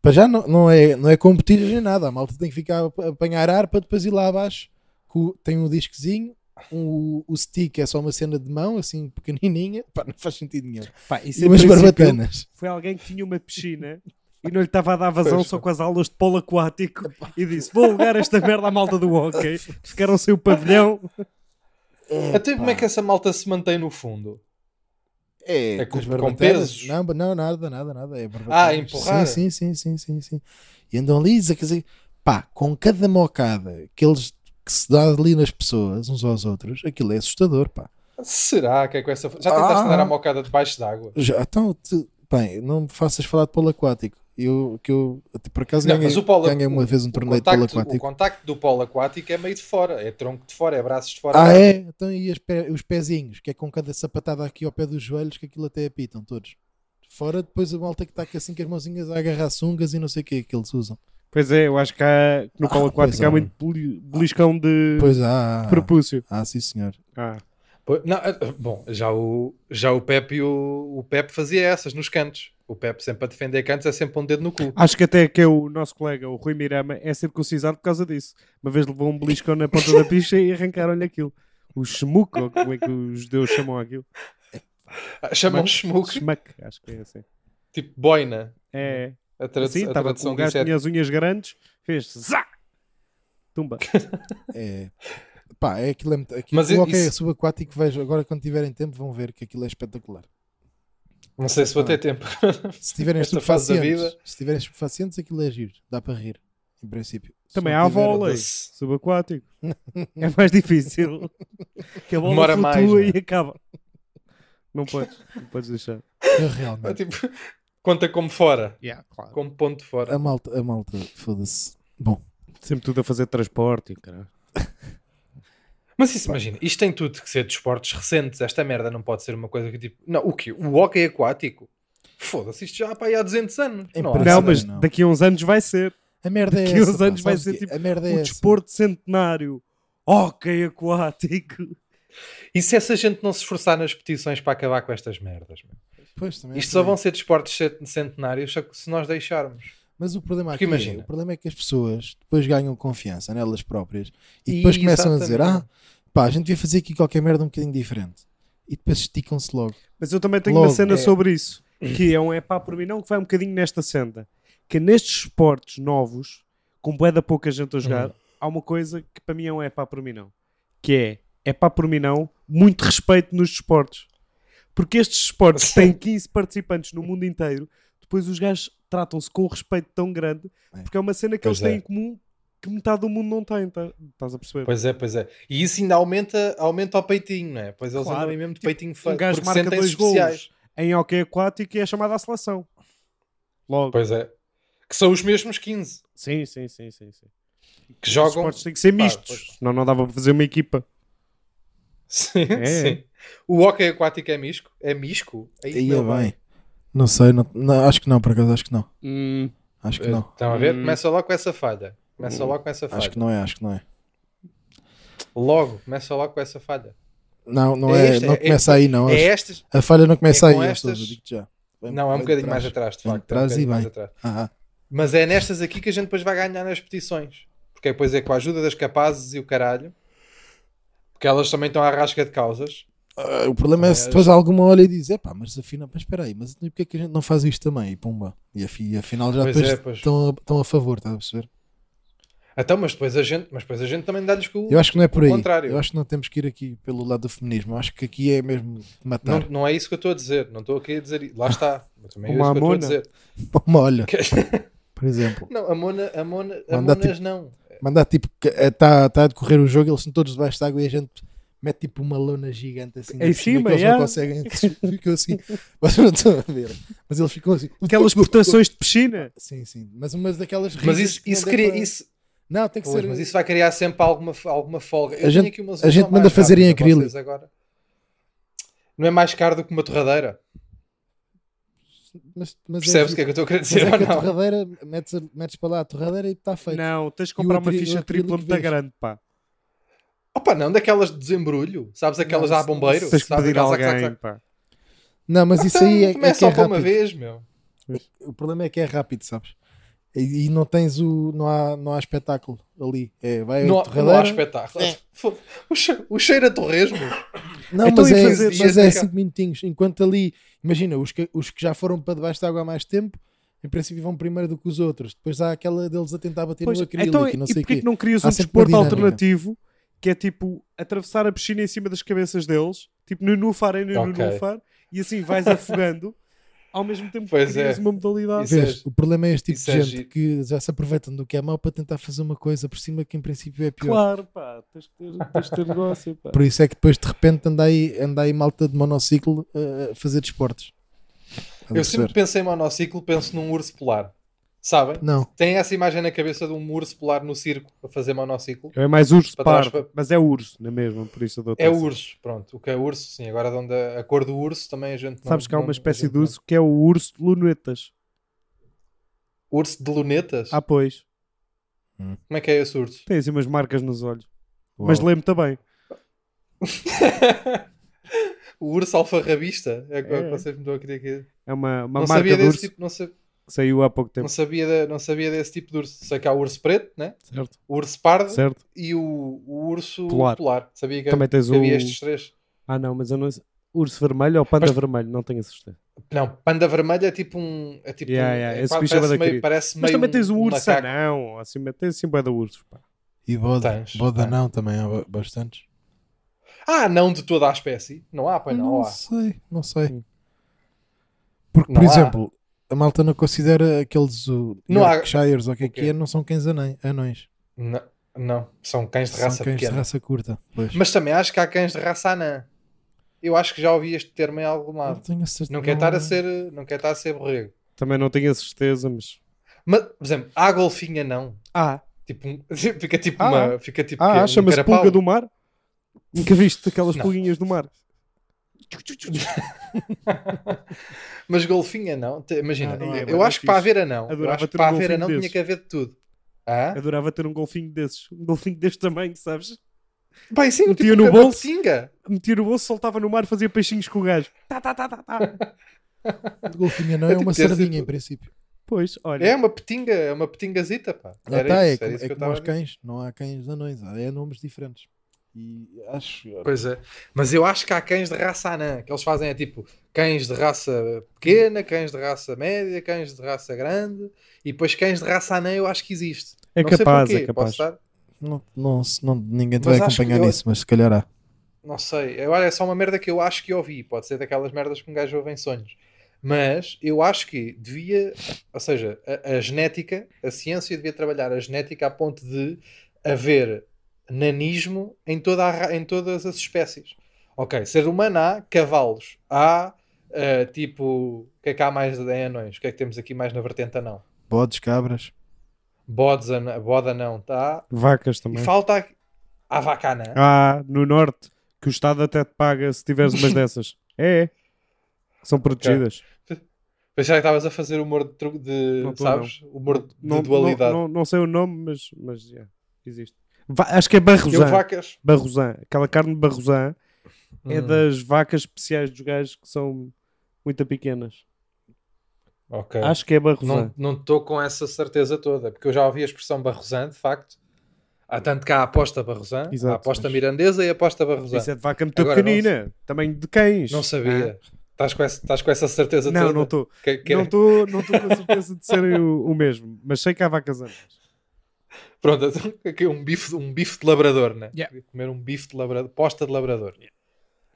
Speaker 3: Para já não, não, é, não é competir nem nada. A malta tem que ficar a apanhar ar para depois ir lá abaixo. co- Tem um disquezinho, um- o stick é só uma cena de mão, assim pequenininha. Pá, não faz sentido nenhum.
Speaker 2: Pá, isso
Speaker 3: E
Speaker 2: em
Speaker 3: umas
Speaker 2: princípio,
Speaker 3: barbatanas.
Speaker 2: Foi alguém que tinha uma piscina e não lhe estava a dar vazão
Speaker 1: Pois,
Speaker 2: só
Speaker 1: pá.
Speaker 2: com as aulas de polo aquático e disse: Vou alugar esta merda à malta do hockey. que Ficaram sem o pavilhão.
Speaker 3: Hum,
Speaker 1: até como é que essa malta se mantém no fundo?
Speaker 3: É,
Speaker 1: É
Speaker 3: com,
Speaker 1: com-
Speaker 3: as
Speaker 1: com
Speaker 3: barbatanas.
Speaker 1: pesos?
Speaker 3: Não, não, nada, nada, nada. É barbatanas.
Speaker 1: empurrar?
Speaker 3: Sim, sim, sim, sim, sim, sim. E andam ali, quer dizer, pá, com cada mocada que eles que se dá ali nas pessoas, uns aos outros, aquilo é assustador, pá.
Speaker 1: Será que é com essa. Já tentaste
Speaker 3: Ah.
Speaker 1: andar a mocada debaixo d'água?
Speaker 3: Já, então, te- bem, não me faças falar de polo aquático. Eu, que eu, até por acaso,
Speaker 1: Não,
Speaker 3: ganhei,
Speaker 1: mas o polo-
Speaker 3: ganhei uma vez um
Speaker 1: O
Speaker 3: torneio de polo
Speaker 1: contacto, o
Speaker 3: aquático.
Speaker 1: contacto do polo aquático é meio de fora, é tronco de fora, é braços de fora.
Speaker 3: Ah, é? Então, e as pe- os pezinhos, que é com cada sapatada aqui ao pé dos joelhos, que aquilo até apitam todos. Fora depois a malta que está aqui assim com as mãozinhas a agarrar sungas e não sei o que é que eles usam.
Speaker 2: Pois é, eu acho que há, no polo
Speaker 3: Ah, pois
Speaker 2: aquático há
Speaker 3: é.
Speaker 2: muito boli- beliscão de
Speaker 3: Pois há.
Speaker 2: propúcio.
Speaker 3: Ah, sim, senhor.
Speaker 2: Ah,
Speaker 1: Pois- não, ah, bom, já o, já o Pepe e o, o Pepe fazia essas nos cantos. O Pepe sempre a defender cantos é sempre um dedo no cu.
Speaker 2: Acho que até que é o nosso colega, o Rui Mirama, é circuncisado por causa disso. Uma vez levou um beliscão na ponta da pista e arrancaram-lhe aquilo. O shmuck, ou como é que os judeus chamam aquilo?
Speaker 1: Ah, Chamam
Speaker 2: Mas-
Speaker 1: schmuck,
Speaker 2: Schmuck, acho que é assim.
Speaker 1: tipo boina.
Speaker 2: É,
Speaker 1: A, tradu
Speaker 2: Sim,
Speaker 1: a
Speaker 2: estava com
Speaker 1: tradução
Speaker 2: um gajo
Speaker 1: disso
Speaker 2: que
Speaker 1: é
Speaker 2: tinha as unhas grandes, fez zá! Tumba.
Speaker 3: É. Pá, é aquilo é muito. Aquilo,
Speaker 1: Mas
Speaker 3: o hockey
Speaker 1: isso-
Speaker 3: subaquático, vejo. Agora, quando tiverem tempo, vão ver que aquilo é espetacular.
Speaker 1: Não sei se vou ter tempo. <laughs>
Speaker 3: Se tiverem
Speaker 1: Esta fase da
Speaker 3: estupefacientes, se tiverem estupefacientes, aquilo é giro. Dá para rir, em princípio. Se
Speaker 2: Também
Speaker 3: não
Speaker 2: há
Speaker 3: tiver,
Speaker 2: vôlei.
Speaker 1: doce.
Speaker 2: Subaquático. É mais difícil. Que a bola
Speaker 1: Demora
Speaker 2: flutua
Speaker 1: mais, não é?
Speaker 2: e acaba. Não podes, não podes deixar.
Speaker 3: Eu
Speaker 1: É
Speaker 3: realmente.
Speaker 1: tipo, <laughs> conta como fora,
Speaker 2: Yeah, claro.
Speaker 1: como ponto de fora.
Speaker 3: A malta, a malta foda-se. Bom,
Speaker 2: Sempre tudo a fazer transporte, e o caralho.
Speaker 1: Mas isso, imagina, isto tem tudo que ser de esportes recentes. Esta merda não pode ser uma coisa que tipo. Não, o quê? O hockey aquático? Foda-se, isto já há para aí há 200 anos.
Speaker 3: Em
Speaker 1: Não, há.
Speaker 3: Parece
Speaker 2: Não,
Speaker 3: bem,
Speaker 2: mas
Speaker 3: não.
Speaker 2: daqui a uns anos vai ser.
Speaker 3: a merda é
Speaker 2: Daqui a
Speaker 3: essa.
Speaker 2: uns
Speaker 3: pá,
Speaker 2: anos vai
Speaker 3: sabes
Speaker 2: ser
Speaker 3: quê?
Speaker 2: tipo
Speaker 3: a merda é
Speaker 2: o
Speaker 3: essa.
Speaker 2: desporto centenário. Ok, aquático.
Speaker 1: E se essa gente não se esforçar nas petições para acabar com estas merdas? meu?
Speaker 3: Pois, também é
Speaker 1: Isto
Speaker 3: por
Speaker 1: só
Speaker 3: aí.
Speaker 1: vão ser desportos cent- centenários só que se nós deixarmos.
Speaker 3: Mas o problema
Speaker 1: Porque
Speaker 3: aqui
Speaker 1: imagina.
Speaker 3: é, o problema é que as pessoas depois ganham confiança nelas próprias e
Speaker 1: E-
Speaker 3: depois começam a dizer: Ah,
Speaker 1: exatamente.
Speaker 3: pá, a gente devia fazer aqui qualquer merda um bocadinho diferente. E depois esticam-se logo.
Speaker 2: Mas eu também tenho uma
Speaker 3: Logo,
Speaker 2: cena
Speaker 3: é.
Speaker 2: sobre isso, que é um é pá por mim não, que vai um bocadinho nesta senda. Que nestes esportes novos, com bué da pouca gente a
Speaker 1: Hum.
Speaker 2: jogar, há uma coisa que para mim é um é pá por mim não. Que é, é pá por mim não, muito respeito nos desportos. Porque estes esportes têm 15 participantes no mundo inteiro, depois os gajos tratam-se com um respeito tão grande,
Speaker 3: É.
Speaker 2: porque é uma cena que
Speaker 1: Pois
Speaker 2: eles têm
Speaker 1: é.
Speaker 2: em comum que metade do mundo não tem, tá- estás a perceber?
Speaker 1: Pois é, pois é. E isso ainda aumenta, aumenta o peitinho, não é? Pois eles
Speaker 2: Claro.
Speaker 1: andam aí mesmo de
Speaker 2: Tipo,
Speaker 1: peitinho feio.
Speaker 2: um gajo
Speaker 1: é. porque
Speaker 2: marca
Speaker 1: sentem-se
Speaker 2: dois
Speaker 1: especiais.
Speaker 2: gols em hockey aquático e é chamado à seleção. Logo.
Speaker 1: Pois é. Que são os mesmos 15
Speaker 2: Sim, sim, sim, sim, sim.
Speaker 1: que
Speaker 2: Os
Speaker 1: jogam.
Speaker 2: esportes têm que ser
Speaker 1: Pá,
Speaker 2: mistos,
Speaker 1: pois.
Speaker 2: senão não dava para fazer uma equipa.
Speaker 1: Sim,
Speaker 2: É.
Speaker 1: sim. O hockey aquático é misco? É misco? Aí, é
Speaker 3: E
Speaker 1: meu
Speaker 3: eu, bem, não sei, não- não, acho que não, por acaso, acho que não. Acho que
Speaker 1: Eh,
Speaker 3: não.
Speaker 1: Estão a ver?
Speaker 2: Hum.
Speaker 1: Começa logo com essa falha. Começa logo com essa falha.
Speaker 3: Acho que não é, acho que não é.
Speaker 1: Logo, começa logo com essa falha.
Speaker 3: Não, não
Speaker 1: É
Speaker 3: é,
Speaker 1: este,
Speaker 3: não
Speaker 1: é-
Speaker 3: começa aí, não.
Speaker 1: é
Speaker 3: acho.
Speaker 1: estas?
Speaker 3: A falha não começa
Speaker 1: é
Speaker 3: aí,
Speaker 1: com
Speaker 3: eu
Speaker 1: estas-
Speaker 3: estou- digo-te já. Vem-
Speaker 1: Não, é um
Speaker 3: vem de
Speaker 1: bocadinho
Speaker 3: trás.
Speaker 1: mais atrás, de
Speaker 3: Vem de
Speaker 1: facto. é um
Speaker 3: trás e
Speaker 1: bocadinho mais
Speaker 3: bem.
Speaker 1: atrás.
Speaker 3: Ah, ah,
Speaker 1: Mas é nestas aqui que a gente depois vai ganhar nas petições. Porque depois é com a ajuda das capazes e o caralho. Porque elas também estão à rasca de causas.
Speaker 3: ah, o problema é
Speaker 1: Também
Speaker 3: se
Speaker 1: acho.
Speaker 3: depois alguma olha e diz: pá, mas afinal, mas espera aí, mas porque é que a gente não faz isto também? E pumba. E afi- e afinal já
Speaker 1: Pois
Speaker 3: depois
Speaker 1: é, pois.
Speaker 3: estão, a, estão a favor, estás a perceber?
Speaker 1: Então, mas depois a gente, mas depois a gente também dá-lhes com o.
Speaker 3: Eu acho que não é por
Speaker 1: O
Speaker 3: aí.
Speaker 1: contrário.
Speaker 3: Eu acho que não temos que ir aqui pelo lado do feminismo. Eu acho que aqui é mesmo
Speaker 1: Não,
Speaker 3: matar.
Speaker 1: não é isso que eu estou a dizer. Não estou aqui a dizer. i- Lá está. Mas Também é
Speaker 2: Uma
Speaker 1: isso que eu estou a
Speaker 2: amona.
Speaker 1: dizer.
Speaker 3: <laughs> Uma olha,
Speaker 1: Que-
Speaker 3: por exemplo.
Speaker 1: Não, a Mona, a Mona, a
Speaker 3: Mandar
Speaker 1: Monas não.
Speaker 3: Mandar tipo, está a decorrer o jogo, eles são todos debaixo de água e a gente mete tipo uma lona gigante assim. na
Speaker 2: Em
Speaker 3: piscina
Speaker 2: cima,
Speaker 3: que eles
Speaker 2: yeah.
Speaker 3: não conseguem. <laughs> Ficam assim. Vocês não estão a ver. Mas eles ficam assim.
Speaker 2: Aquelas portações de piscina.
Speaker 3: Sim, sim. Mas umas daquelas
Speaker 1: Mas
Speaker 3: rígidas
Speaker 1: isso,
Speaker 3: que não
Speaker 1: isso,
Speaker 3: dá
Speaker 1: cria,
Speaker 3: para-
Speaker 1: isso,
Speaker 3: Não, tem que
Speaker 1: Pois,
Speaker 3: ser.
Speaker 1: mas isso vai criar sempre alguma, alguma folga. Eu
Speaker 3: A
Speaker 1: tenho
Speaker 3: gente-
Speaker 1: aqui uma
Speaker 3: a gente
Speaker 1: solução
Speaker 3: manda
Speaker 1: mais
Speaker 3: fazer em
Speaker 1: rápida para
Speaker 3: acrílico.
Speaker 1: vocês agora. Não é mais caro do que uma torradeira.
Speaker 3: Mas, mas
Speaker 1: Percebes o
Speaker 3: é,
Speaker 1: que é que eu estou a querer
Speaker 3: mas é
Speaker 1: dizer
Speaker 3: que
Speaker 1: ou
Speaker 3: a
Speaker 1: não?
Speaker 3: torradeira metes, metes para lá a torradeira e está feito.
Speaker 2: Não, tens de
Speaker 3: E o
Speaker 2: comprar uma
Speaker 3: acri- o
Speaker 2: ficha
Speaker 3: acrílico
Speaker 2: tripla muito
Speaker 3: vês.
Speaker 2: grande, pá.
Speaker 1: Opa, não daquelas de desembrulho, sabes? Aquelas
Speaker 3: Não,
Speaker 1: à bombeiro.
Speaker 2: Tens que
Speaker 1: sabes?
Speaker 2: pedir a
Speaker 1: Aquelas, zac, zac,
Speaker 2: alguém,
Speaker 1: zac.
Speaker 2: pá.
Speaker 3: Não, mas isso aí é,
Speaker 1: Então, Também
Speaker 3: é que é
Speaker 1: só para uma
Speaker 3: rápido.
Speaker 1: vez, meu.
Speaker 3: O problema é que é rápido, sabes? E, e não tens o. Não há, não há espetáculo ali. É, vai
Speaker 2: um
Speaker 1: Não,
Speaker 3: a
Speaker 1: não há
Speaker 3: torradeira.
Speaker 1: espetáculo. <laughs> Foda- O che- o cheiro a torresmo.
Speaker 3: Não,
Speaker 2: Então
Speaker 3: mas,
Speaker 2: e
Speaker 3: é,
Speaker 2: fazer-
Speaker 3: mas é
Speaker 1: dias de-
Speaker 3: 5 minutinhos. Enquanto ali, imagina, os que, os que já foram para debaixo de água há mais tempo, em princípio vão primeiro do que os outros. Depois há aquela deles a tentar bater
Speaker 2: Pois,
Speaker 3: no acrílico
Speaker 2: então,
Speaker 3: e não
Speaker 2: e
Speaker 3: sei o
Speaker 2: porquê
Speaker 3: quê.
Speaker 2: que não crias
Speaker 3: Há
Speaker 2: um
Speaker 3: sempre uma
Speaker 2: desporto
Speaker 3: dinâmica.
Speaker 2: alternativo que é tipo atravessar a piscina em cima das cabeças deles, tipo nenufar em
Speaker 1: Ok.
Speaker 2: nenufar, e assim vais
Speaker 1: <laughs>
Speaker 2: afogando ao mesmo tempo
Speaker 1: Pois
Speaker 2: que crias
Speaker 1: é.
Speaker 2: uma modalidade.
Speaker 1: Isso é-
Speaker 3: Vês, o problema é este tipo
Speaker 1: isso
Speaker 3: de
Speaker 1: é
Speaker 3: gente
Speaker 1: giro.
Speaker 3: que já se aproveitam do que é mau para tentar fazer uma coisa por cima que em princípio é pior.
Speaker 2: Claro, pá, tens que ter, tens que ter negócio, pá.
Speaker 3: Por isso é que depois de repente anda aí, anda aí malta de monociclo uh, a fazer desportos. Estás a
Speaker 1: Eu sempre
Speaker 3: perceber?
Speaker 1: pensei em monociclo, penso num urso polar. Sabem?
Speaker 3: Não,
Speaker 1: Tem essa imagem na cabeça de um urso polar no circo a fazer monociclo?
Speaker 2: É mais urso,
Speaker 1: Para trás,
Speaker 2: par,
Speaker 1: para-
Speaker 2: mas é urso, não é mesmo? Por isso eu dou
Speaker 1: É
Speaker 2: atenção.
Speaker 1: urso, pronto. O que é urso, sim. Agora, de onde a, a cor do urso também a gente não.
Speaker 2: Sabes que há
Speaker 1: não-
Speaker 2: uma
Speaker 1: a
Speaker 2: espécie
Speaker 1: gente
Speaker 2: de
Speaker 1: não-
Speaker 2: urso que é o urso de lunetas.
Speaker 1: Urso de lunetas?
Speaker 2: Ah, pois.
Speaker 1: Como é que é esse urso?
Speaker 2: Tem assim umas marcas nos olhos.
Speaker 3: Uau.
Speaker 2: Mas lembro também.
Speaker 1: O urso alfarrabista? É, o que-
Speaker 2: É.
Speaker 1: é o que vocês me estão a querer dizer.
Speaker 2: É uma, uma
Speaker 1: Não
Speaker 2: marca
Speaker 1: sabia,
Speaker 2: de
Speaker 1: desse
Speaker 2: urso
Speaker 1: tipo, não, sa-
Speaker 2: que saiu há pouco
Speaker 1: não
Speaker 2: tempo.
Speaker 1: sabia de- não sabia desse tipo de urso. Sei que há o urso preto, né?
Speaker 2: Certo,
Speaker 1: o urso pardo
Speaker 2: certo.
Speaker 1: e o, o urso
Speaker 2: Polar.
Speaker 1: polar. Sabia que,
Speaker 2: Também tens
Speaker 1: que havia
Speaker 2: o-
Speaker 1: estes três.
Speaker 2: Ah, não, mas eu não sei. Urso vermelho ou panda
Speaker 1: Mas-
Speaker 2: vermelho? Não tenho a certeza.
Speaker 1: Não, panda vermelha é tipo um. É tipo
Speaker 2: Yeah,
Speaker 1: um-
Speaker 2: yeah,
Speaker 1: é
Speaker 2: esse
Speaker 1: quase-
Speaker 2: bicho é bué
Speaker 1: parece
Speaker 2: da
Speaker 1: meio,
Speaker 2: querido.
Speaker 1: parece
Speaker 2: Mas
Speaker 1: meio
Speaker 2: também tens
Speaker 1: um
Speaker 2: o urso
Speaker 1: macaco.
Speaker 2: anão. Assim, tens assim bué de ursos. Pá.
Speaker 3: E boda,
Speaker 1: Tens,
Speaker 3: boda
Speaker 1: tens.
Speaker 3: não também há ba- bastantes.
Speaker 1: Ah, não de toda a espécie. Não há, pois não,
Speaker 3: não
Speaker 1: há.
Speaker 3: sei, não sei.
Speaker 2: Hum.
Speaker 3: Porque,
Speaker 1: Não
Speaker 3: por
Speaker 1: há.
Speaker 3: exemplo, a malta não considera aqueles o
Speaker 1: Não há-
Speaker 3: Yorkshires ou o que é
Speaker 1: O quê?
Speaker 3: que é, não são cães anã- anões.
Speaker 1: Não, não, são cães de
Speaker 3: São
Speaker 1: raça
Speaker 3: cães de
Speaker 1: pequena.
Speaker 3: raça curta. Pois.
Speaker 1: Mas também acho que há cães de raça anã. Eu acho que já ouvi este termo em algum
Speaker 3: não
Speaker 1: lado.
Speaker 3: tenho a certeza.
Speaker 1: ah, Não quer estar a ser, não quer estar a ser borrego.
Speaker 2: Também não tenho a certeza, mas.
Speaker 1: Mas, por exemplo, há golfinha não.
Speaker 2: Ah,
Speaker 1: Tipo, <laughs> um- fica tipo
Speaker 2: Ah.
Speaker 1: uma, fica tipo quê?
Speaker 2: ah
Speaker 1: Um
Speaker 2: chama-se
Speaker 1: carapau?
Speaker 2: pulga do mar? Nunca viste aquelas
Speaker 1: Não.
Speaker 2: pulguinhas do mar?
Speaker 1: Mas golfinha não. Te- Imagina,
Speaker 3: Ah, não é,
Speaker 1: eu
Speaker 2: mas
Speaker 1: acho
Speaker 2: é
Speaker 1: que para
Speaker 2: fixe.
Speaker 1: haver anão, eu
Speaker 2: Adorava
Speaker 1: acho
Speaker 2: ter
Speaker 1: que para
Speaker 2: um
Speaker 1: haver
Speaker 2: golfinho
Speaker 1: anão tinha
Speaker 2: desses.
Speaker 1: que haver de tudo. Ah?
Speaker 2: <laughs> Adorava ter um golfinho desses. Um golfinho deste tamanho, sabes?
Speaker 1: Bem, sim,
Speaker 2: Metia
Speaker 1: tipo
Speaker 2: Um no
Speaker 1: no
Speaker 2: bolso.
Speaker 1: bolso. Tinga.
Speaker 2: Metia no bolso, soltava no mar, fazia peixinhos com o gajo. Tá, tá, tá, tá, tá.
Speaker 3: De golfinho não
Speaker 1: <laughs> É
Speaker 3: é
Speaker 1: tipo
Speaker 3: uma
Speaker 1: ter
Speaker 3: sardinha,
Speaker 1: sido-
Speaker 3: em princípio.
Speaker 2: Pois, olha.
Speaker 1: É uma petinga, é uma petingazita, pá.
Speaker 3: Lá
Speaker 1: Era
Speaker 3: está, é,
Speaker 1: isso, era
Speaker 3: como-
Speaker 1: isso
Speaker 3: é
Speaker 1: que eu
Speaker 3: como
Speaker 1: estava
Speaker 3: aos
Speaker 1: a dizer.
Speaker 3: cães, não há cães anões, há é nomes diferentes. E acho.
Speaker 1: Pois é. Mas eu acho que há cães de raça anã, que eles fazem é tipo cães de raça pequena, cães de raça média, cães de raça grande e depois cães de raça anã eu acho que existe.
Speaker 2: É
Speaker 1: Não
Speaker 2: capaz,
Speaker 1: sei
Speaker 2: é
Speaker 1: porquê,
Speaker 2: capaz.
Speaker 1: posso estar-
Speaker 3: Não, não, se- não- ninguém te
Speaker 1: Mas
Speaker 3: vai
Speaker 1: acho que
Speaker 3: acompanhar
Speaker 1: eu-
Speaker 3: nisso, mas se calhar há.
Speaker 1: Não sei. Agora é só uma merda que eu acho que ouvi. Pode ser daquelas merdas que um gajo ouve em sonhos. Mas eu acho que devia, ou seja, a, a genética, a ciência devia trabalhar a genética a ponto de haver nanismo em, toda a ra- em todas as espécies. Ok, ser humano há, cavalos há, ah, tipo, o que é que há mais em anões? O que é que temos aqui mais na vertente anão?
Speaker 3: Bodes, cabras.
Speaker 1: Bodes, anã, bode anão, tá?
Speaker 2: Vacas
Speaker 1: E
Speaker 2: também.
Speaker 1: falta aqui, a vaca anã.
Speaker 2: Ah, no norte, que o Estado até te paga se tiveres
Speaker 1: <laughs>
Speaker 2: umas dessas. É, é. São protegidas.
Speaker 1: Pensava que estavas a fazer humor de, tru- de
Speaker 2: Não tô,
Speaker 1: sabes? Humor de
Speaker 2: Não,
Speaker 1: dualidade.
Speaker 2: Não, não, não sei o nome, mas, mas yeah, existe. Va- acho que é Barrosan.
Speaker 1: Eu vacas.
Speaker 2: Barrosan. Aquela carne de Barrosan é
Speaker 1: Hum,
Speaker 2: das vacas especiais dos gajos que são muito pequenas.
Speaker 1: ok.
Speaker 2: Acho que é Barrosan.
Speaker 1: Não não estou com essa certeza toda, porque eu já ouvi a expressão barrosan, de facto. Há tanto que há a aposta barrosan,
Speaker 2: Exato,
Speaker 1: a aposta
Speaker 2: mas-
Speaker 1: mirandesa e a aposta barrosan.
Speaker 2: Isso é de vaca muito
Speaker 1: Agora, não
Speaker 2: pequenina. Tamanho de cães.
Speaker 1: Não sabia. Estás com, essa, estás com essa certeza
Speaker 2: Ah, Não,
Speaker 1: toda?
Speaker 2: não estou.
Speaker 1: Que- que- é-
Speaker 2: Não estou não tô com a certeza de serem o, o mesmo. Mas sei que há vacas antes.
Speaker 1: Pronto, <laughs> então, aqui um bife, um bife de labrador, né?
Speaker 2: Yeah.
Speaker 1: Comer um bife de labrador, posta de labrador.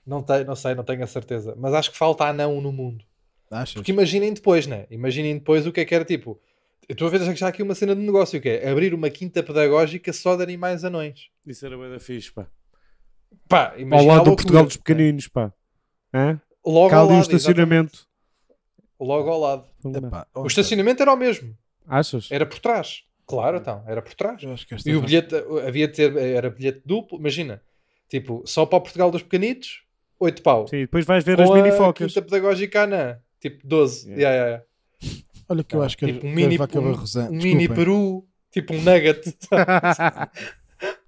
Speaker 1: Não, tenho, não sei, não tenho a certeza. Mas acho que falta anão no mundo.
Speaker 3: Achas?
Speaker 1: Porque imaginem depois, né? Imaginem depois o que é que era tipo. Eu estou a ver já aqui uma cena de negócio que é abrir uma quinta pedagógica só de animais anões.
Speaker 2: Isso era bem da fixe, pá.
Speaker 1: Pá,
Speaker 2: Ao
Speaker 1: imagina a
Speaker 2: lado do
Speaker 1: loucura,
Speaker 2: Portugal dos
Speaker 1: né?
Speaker 2: pequeninos, pá. Hã?
Speaker 1: Logo
Speaker 2: Cá
Speaker 1: ao
Speaker 2: ali o
Speaker 1: lado.
Speaker 2: estacionamento.
Speaker 1: exatamente. Logo ao lado.
Speaker 3: Epá,
Speaker 1: O
Speaker 3: olha,
Speaker 1: estacionamento era o mesmo.
Speaker 2: Achas?
Speaker 1: Era por trás. Claro, então. Era por trás.
Speaker 3: eu acho que esta
Speaker 1: E o
Speaker 3: vai-
Speaker 1: bilhete havia de ter. Era bilhete duplo. Imagina. Tipo, só para o Portugal dos pequenitos, 8 pau.
Speaker 2: Sim, depois vais ver
Speaker 1: Com
Speaker 2: as
Speaker 1: a
Speaker 2: minifocas.
Speaker 1: Quinta pedagógica anã. Tipo, 12.
Speaker 2: Yeah.
Speaker 1: Yeah, yeah, yeah.
Speaker 3: Olha que eu acho que
Speaker 1: tipo um
Speaker 3: as- que
Speaker 1: mini-
Speaker 3: as vacas
Speaker 1: um-
Speaker 3: barrosan.
Speaker 1: Um mini
Speaker 3: <laughs> desculpem.
Speaker 1: peru. Tipo um nugget.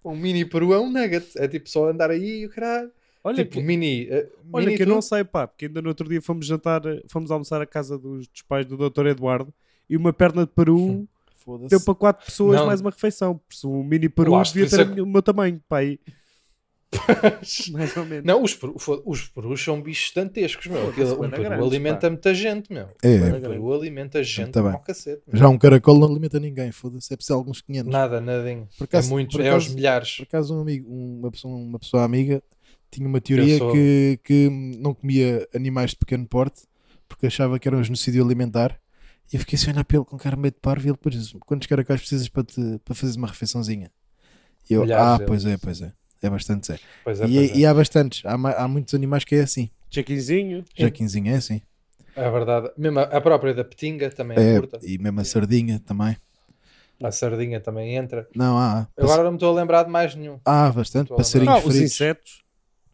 Speaker 1: um mini peru é um nugget. É tipo só andar aí e o caralho.
Speaker 2: Olha,
Speaker 1: Tipo,
Speaker 2: que,
Speaker 1: mini. eh,
Speaker 2: olha
Speaker 1: mini
Speaker 2: que eu
Speaker 1: tudo.
Speaker 2: não sei, pá, porque ainda no outro dia fomos jantar, fomos almoçar à casa dos, dos pais do Dr. Eduardo e uma perna de peru
Speaker 3: Foda-se.
Speaker 2: deu para quatro pessoas
Speaker 1: Hum. Não.
Speaker 2: mais uma refeição. Por isso, um mini peru
Speaker 1: Eu acho que
Speaker 2: devia
Speaker 1: isso
Speaker 2: ter
Speaker 1: é-
Speaker 2: o meu tamanho, pá,
Speaker 1: <laughs>
Speaker 2: aí. mais ou menos.
Speaker 1: Não, os, peru- fo- os perus são bichos dantescos, meu.
Speaker 2: Foda-se,
Speaker 1: Aquilo, um
Speaker 2: bué da
Speaker 1: peru
Speaker 2: grandes,
Speaker 1: alimenta
Speaker 2: é pá.
Speaker 1: muita gente, meu.
Speaker 3: É,
Speaker 1: Um peru alimenta gente
Speaker 3: Tá bem.
Speaker 1: com cacete. meu.
Speaker 3: já um caracol não alimenta ninguém, foda-se. É preciso alguns 500.
Speaker 1: Nada, nadinho.
Speaker 3: Por
Speaker 1: É
Speaker 3: acaso-
Speaker 1: muitos,
Speaker 3: por
Speaker 1: é aos
Speaker 3: acaso-
Speaker 1: milhares.
Speaker 3: Por acaso, um amigo, uma, pessoa, uma pessoa amiga tinha uma teoria
Speaker 1: Eu sou-
Speaker 3: que, que não comia animais de pequeno porte porque achava que era um genocídio alimentar. E eu fiquei assim a olhar para ele com cara meio de parvo e ele depois disse: Quantos caracóis precisas para, te, para fazeres uma refeiçãozinha? E eu,
Speaker 1: Milhares
Speaker 3: ah,
Speaker 1: deles."
Speaker 3: pois é, pois é. É bastante sério.
Speaker 1: Pois é,
Speaker 3: e,
Speaker 1: pois é.
Speaker 3: e há bastantes, há, ma- há muitos animais que é assim.
Speaker 2: Chequinzinho.
Speaker 3: Jaquinzinho é assim.
Speaker 1: É verdade. Mesmo a- a própria da petinga também é,
Speaker 3: É,
Speaker 1: curta.
Speaker 3: e mesmo a sardinha também.
Speaker 1: A sardinha também entra.
Speaker 3: Não, há. há.
Speaker 1: Agora não me estou a lembrar de mais nenhum.
Speaker 3: Há bastante
Speaker 1: Estou a
Speaker 3: passarinhos
Speaker 2: Ah, os
Speaker 3: fritos.
Speaker 2: insetos.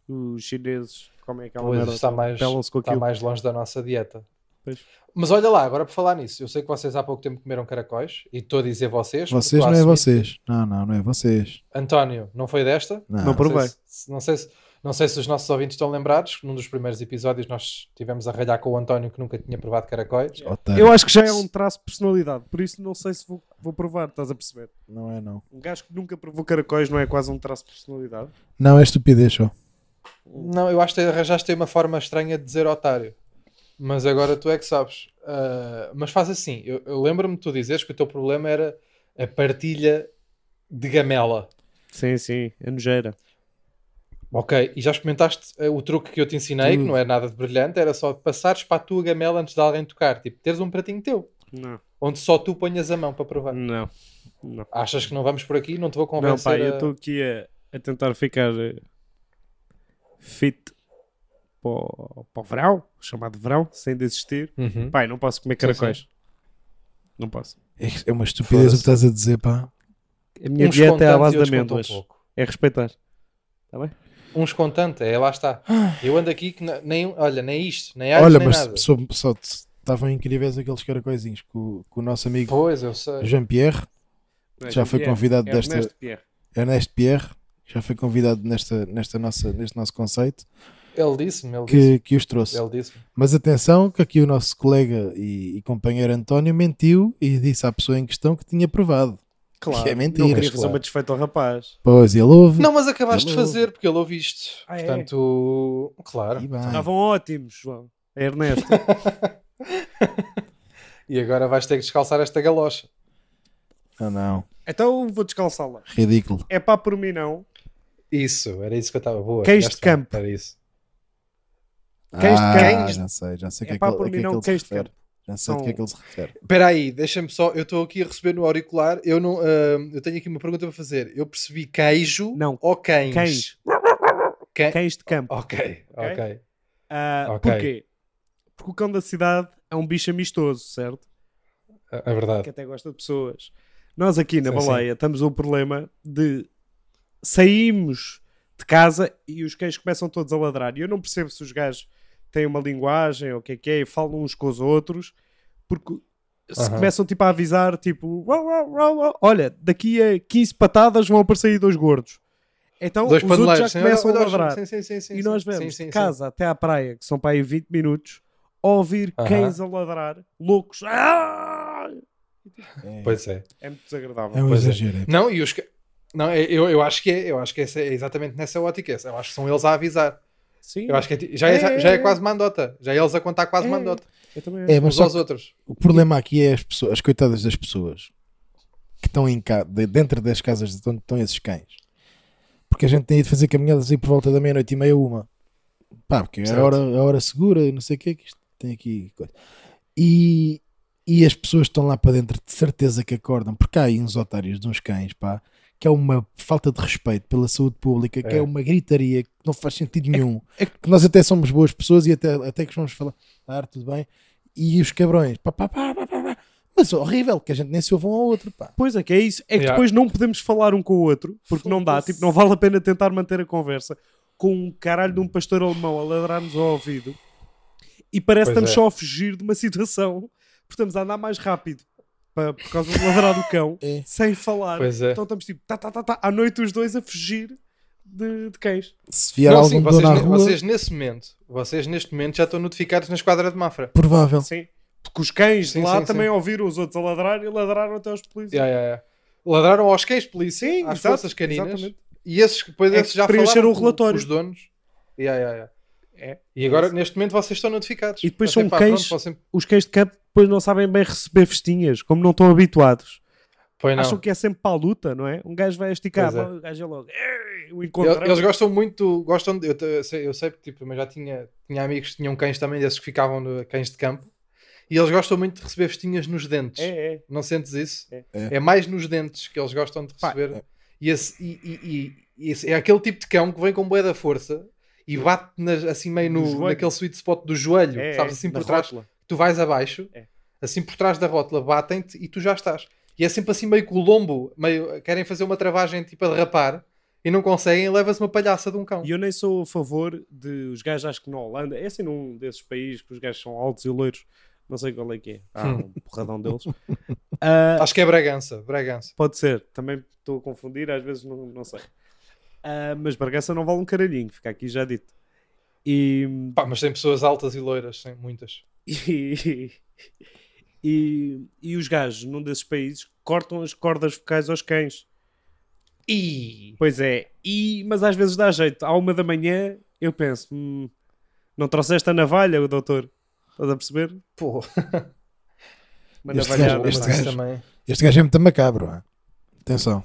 Speaker 2: Os chineses é comem aquela
Speaker 1: Pois,
Speaker 2: merda.
Speaker 1: está mais-
Speaker 2: Pelam-se com
Speaker 1: Está
Speaker 2: aquilo.
Speaker 1: mais longe da nossa dieta.
Speaker 2: Pois.
Speaker 1: Mas olha lá, agora por falar nisso, eu sei que vocês há pouco tempo comeram caracóis e estou a dizer vocês. porque
Speaker 3: Vocês
Speaker 1: estou a
Speaker 3: não é
Speaker 1: assumir-
Speaker 3: vocês. Não, não, não é vocês.
Speaker 1: António, não foi desta?
Speaker 2: Não
Speaker 1: Não sei
Speaker 2: provei.
Speaker 1: se- se- Não sei, se, não, sei se, os nossos ouvintes estão lembrados. que Num dos primeiros episódios nós tivemos a ralhar com o António que nunca tinha provado caracóis.
Speaker 3: otário.
Speaker 2: Eu acho que já é um traço de personalidade, por isso não sei se vou, vou provar, estás a perceber?
Speaker 3: Não é, não.
Speaker 2: Um gajo que nunca provou caracóis não é quase um traço de personalidade.
Speaker 3: Não, é estupidez só.
Speaker 1: Não, eu acho que arranjaste aí uma forma estranha de dizer otário. Mas agora tu é que sabes. Ah, mas faz assim, eu, eu lembro-me de tu dizeres que o teu problema era a partilha de gamela.
Speaker 2: Sim, sim, é nojeira.
Speaker 1: Ok, e já experimentaste eh, o truque que eu te ensinei, que
Speaker 2: Hum.
Speaker 3: Tudo.
Speaker 1: não é nada de brilhante, era só passares para a tua gamela antes de alguém tocar. Tipo, teres um pratinho teu,
Speaker 2: Não,
Speaker 1: onde só tu ponhas a mão para provar.
Speaker 2: não, não.
Speaker 1: Achas que não vamos por aqui? Não te vou
Speaker 2: Não,
Speaker 1: convencer.
Speaker 2: pá, eu
Speaker 1: a-
Speaker 2: estou aqui a, a tentar ficar eh, fit para o, para o verão, chamado verão, sem desistir.
Speaker 1: Uhum.
Speaker 2: Pai, não posso comer
Speaker 1: Sim,
Speaker 2: caracóis. Não posso.
Speaker 3: É- É uma estupidez o que estás a dizer, pá.
Speaker 2: A minha
Speaker 1: Uns com
Speaker 2: dieta é à
Speaker 1: tanto
Speaker 2: base
Speaker 1: e
Speaker 2: de
Speaker 1: outros com tão
Speaker 2: amêndoas.
Speaker 1: um pouco.
Speaker 2: É respeitar.
Speaker 1: Uns com tanto, é lá está.
Speaker 2: Ah.
Speaker 1: Eu ando aqui que n- nem, um, olha, nem isto, nem alho,
Speaker 3: Olha,
Speaker 1: nem
Speaker 3: mas
Speaker 1: nada.
Speaker 3: só, só te- estavam incríveis aqueles caracóizinhos que o, que o nosso amigo
Speaker 1: Pois, eu sei.
Speaker 3: Jean-Pierre, Já foi convidado
Speaker 2: é
Speaker 3: desta-
Speaker 2: Ernesto Pierre.
Speaker 3: Ernesto Pierre, já foi convidado nesta, nesta nossa, neste nosso conceito,
Speaker 1: Ele disse-me, ele disse-me.
Speaker 3: que, que os trouxe.
Speaker 1: Ele disse-me.
Speaker 3: Mas atenção, que aqui o nosso colega e, e companheiro António mentiu e disse à pessoa em questão que tinha provado.
Speaker 2: Claro.
Speaker 3: Que é mentira,
Speaker 2: Não queria fazer
Speaker 3: claro.
Speaker 2: uma desfeita ao rapaz.
Speaker 3: Pois, ele ouve.
Speaker 1: Não, mas acabaste de
Speaker 3: Ele ouve.
Speaker 1: fazer, porque ele ouve isto.
Speaker 2: Ah, é?
Speaker 1: Portanto, claro.
Speaker 3: E bem.
Speaker 2: Estavam ótimos, João. É Ernesto.
Speaker 1: E agora vais ter que descalçar esta galocha.
Speaker 3: Ah, não.
Speaker 2: <laughs> então vou descalçá-la.
Speaker 3: Ridículo.
Speaker 2: É pá, por mim não.
Speaker 1: Isso, era isso que eu estava boa.
Speaker 2: Cães de
Speaker 1: tiveste bem,
Speaker 2: campo.
Speaker 1: Era isso.
Speaker 2: Cães de
Speaker 3: ah,
Speaker 2: cães.
Speaker 3: já sei, já sei o
Speaker 2: É
Speaker 3: que
Speaker 2: pá,
Speaker 3: é que,
Speaker 2: por
Speaker 3: ele- a que,
Speaker 2: mim
Speaker 3: é que
Speaker 2: não.
Speaker 3: ele se
Speaker 2: Cães de
Speaker 3: refere.
Speaker 2: campo.
Speaker 3: Já sei o que é que ele se refere.
Speaker 1: Espera aí, deixa-me só. Eu estou aqui a receber no auricular. Eu não. ah, eu tenho aqui uma pergunta para fazer. Eu percebi queijo
Speaker 2: Não,
Speaker 1: ou cães?
Speaker 2: Cães.
Speaker 1: Cã-
Speaker 2: Cães de campo.
Speaker 1: Ok, ok. É,
Speaker 2: Ah,
Speaker 1: Ok.
Speaker 2: Porquê? Porque o cão da cidade é um bicho amistoso, certo?
Speaker 1: É
Speaker 2: Que
Speaker 1: verdade.
Speaker 2: até gosta de pessoas. Nós aqui na
Speaker 1: Sim,
Speaker 2: baleia estamos o problema de saímos de casa e os cães começam todos a ladrar. E eu não percebo se os gajos têm uma linguagem ou o que é que é e falam uns com os outros, porque se
Speaker 1: Aham.
Speaker 2: começam tipo a avisar, tipo, "Uau, uau, uau, uau." olha, daqui a 15 patadas vão aparecer aí dois gordos. Então
Speaker 1: Dois
Speaker 2: os outros já
Speaker 1: paneleiros. sim,
Speaker 2: começam a
Speaker 1: olha, olha,
Speaker 2: ladrar.
Speaker 1: sim, sim, sim, sim,
Speaker 2: e nós
Speaker 1: sim,
Speaker 2: vamos
Speaker 1: sim,
Speaker 2: de
Speaker 1: sim,
Speaker 2: casa até à praia, que são para aí 20 minutos, a ouvir
Speaker 1: Aham.
Speaker 2: cães a ladrar, loucos. "Ah!"
Speaker 1: sim. Pois é.
Speaker 2: É muito desagradável.
Speaker 3: É um
Speaker 1: Pois é.
Speaker 3: exagero. é.
Speaker 1: Não, e os. ca- Não, eu- eu, eu acho que é, eu acho que essa- é exatamente nessa ótica. essa. Eu acho que são eles a avisar.
Speaker 2: Sim,
Speaker 1: Eu acho que é ti- já, é,
Speaker 2: É,
Speaker 1: já é
Speaker 2: é,
Speaker 1: quase mandota. Já é eles a contar quase
Speaker 2: É,
Speaker 1: mandota.
Speaker 2: eu também
Speaker 3: É, mas
Speaker 1: Uns
Speaker 3: só
Speaker 1: aos
Speaker 3: que
Speaker 1: outros.
Speaker 3: o problema aqui é as pessoas, as coitadas das pessoas que estão em ca... de- dentro das casas de onde estão esses cães. Porque a gente tem ido fazer caminhadas aí por volta da meia-noite e meia, uma. Pá, porque é a
Speaker 1: Certo.
Speaker 3: hora, a hora segura e não sei o que é que isto tem aqui. coisa. E, e as pessoas estão lá para dentro de certeza que acordam, porque há aí uns otários de uns cães, pá, que é uma falta de respeito pela saúde pública, que
Speaker 1: É.
Speaker 3: é uma gritaria que não faz sentido nenhum que nós até somos boas pessoas e até, até que vamos falar, ah, tudo bem, e os cabrões, pá, pá, pá, pá, pá, pá. mas é horrível, que a gente nem se ouve um ao outro, pá.
Speaker 2: Pois é, que é isso. É que
Speaker 1: Yeah.
Speaker 2: depois não podemos falar um com o outro, porque não dá.
Speaker 3: Foda-se.
Speaker 2: Tipo, não vale a pena tentar manter a conversa com um caralho de um pastor alemão a ladrar-nos ao ouvido. E parece que estamos
Speaker 1: Pois
Speaker 2: <laughs>
Speaker 1: é.
Speaker 2: só a fugir de uma situação. Portanto, a andar mais rápido. pa- por causa do ladrar do cão,
Speaker 3: É.
Speaker 2: sem falar.
Speaker 1: Pois é.
Speaker 2: Então estamos tipo, tá, tá, tá, tá, à noite os dois a fugir de, de cães.
Speaker 3: Se vier
Speaker 1: Não,
Speaker 3: algum
Speaker 1: sim,
Speaker 3: dono
Speaker 1: vocês,
Speaker 3: na
Speaker 1: ne-
Speaker 3: rua,
Speaker 1: vocês nesse momento, vocês neste momento já estão notificados na esquadra de Mafra.
Speaker 3: provável.
Speaker 2: Sim. Porque os cães
Speaker 1: Sim,
Speaker 2: de lá
Speaker 1: sim,
Speaker 2: também ouviram os outros a ladrar e ladraram até aos polícias.
Speaker 1: Yeah, yeah, yeah. Ladraram aos cães polícia,
Speaker 2: Sim,
Speaker 1: às
Speaker 2: exato,
Speaker 1: forças caninas.
Speaker 2: exatamente.
Speaker 1: E esses, depois
Speaker 2: É que
Speaker 1: esses já
Speaker 2: preencheram
Speaker 1: falaram
Speaker 2: o
Speaker 1: com
Speaker 2: relatório.
Speaker 1: Os donos. Yeah, yeah, yeah.
Speaker 2: É,
Speaker 1: E agora,
Speaker 2: é isso.
Speaker 1: neste momento, vocês estão notificados.
Speaker 2: E depois
Speaker 1: Vocês,
Speaker 2: são
Speaker 1: pá,
Speaker 2: cães-
Speaker 1: pronto, vocês-
Speaker 2: Os cães de campo depois não sabem bem receber festinhas, como não estão habituados.
Speaker 1: Pois não.
Speaker 2: Acham que é sempre para a luta, não é? Um gajo vai esticar,
Speaker 1: Pois é.
Speaker 2: o gajo é logo. "Ei", O
Speaker 1: Eles-
Speaker 2: encontro.
Speaker 1: Eles gostam muito, gostam de, eu, te- eu sei, eu sei porque tipo, mas já tinha, tinha amigos que tinham cães também, desses que ficavam no, cães de campo, e eles gostam muito de receber festinhas nos dentes.
Speaker 2: É, é.
Speaker 1: Não sentes isso?
Speaker 2: É.
Speaker 3: É.
Speaker 1: É mais nos dentes que eles gostam de
Speaker 2: Pá,
Speaker 1: receber. E, esse, e, e- e- e esse- é aquele tipo de cão que vem com boia da força e bate nas- assim meio
Speaker 2: No
Speaker 1: no,
Speaker 2: É. joelho.
Speaker 1: naquele sweet spot do joelho,
Speaker 2: É,
Speaker 1: sabes?
Speaker 2: é,
Speaker 1: Assim
Speaker 2: na
Speaker 1: por trás,
Speaker 2: rótula.
Speaker 1: tu vais abaixo,
Speaker 2: É.
Speaker 1: assim por trás da rótula, batem-te e tu já estás. E é sempre assim meio com o lombo, meio, querem fazer uma travagem tipo a derrapar e não conseguem, leva-se uma palhaça de um cão.
Speaker 2: E eu nem sou a favor de os gajos, acho que na Holanda, é assim num desses países que os gajos são altos e loiros, não sei qual é que é, há
Speaker 1: Hum.
Speaker 2: um porradão
Speaker 1: <laughs>
Speaker 2: deles. Ah,
Speaker 1: Acho que é Bragança, Bragança.
Speaker 2: pode ser, também estou a confundir, às vezes não, não sei. Ah, mas Bargaça não vale um caralhinho, fica aqui já dito. E,
Speaker 1: Pá, mas tem pessoas altas e loiras, sim, muitas.
Speaker 2: <laughs> e, e, e os gajos num desses países cortam as cordas focais aos cães.
Speaker 1: E
Speaker 2: Pois é, e, mas às vezes dá jeito. À uma da manhã eu penso: "Hum, não trouxeste a navalha, o doutor? Estás a perceber?
Speaker 1: pô,
Speaker 2: Uma
Speaker 3: Este
Speaker 2: navalhada.
Speaker 3: este
Speaker 2: mano.
Speaker 1: mas
Speaker 3: gajo-
Speaker 1: também.
Speaker 3: Este gajo é muito macabro. ah. Atenção.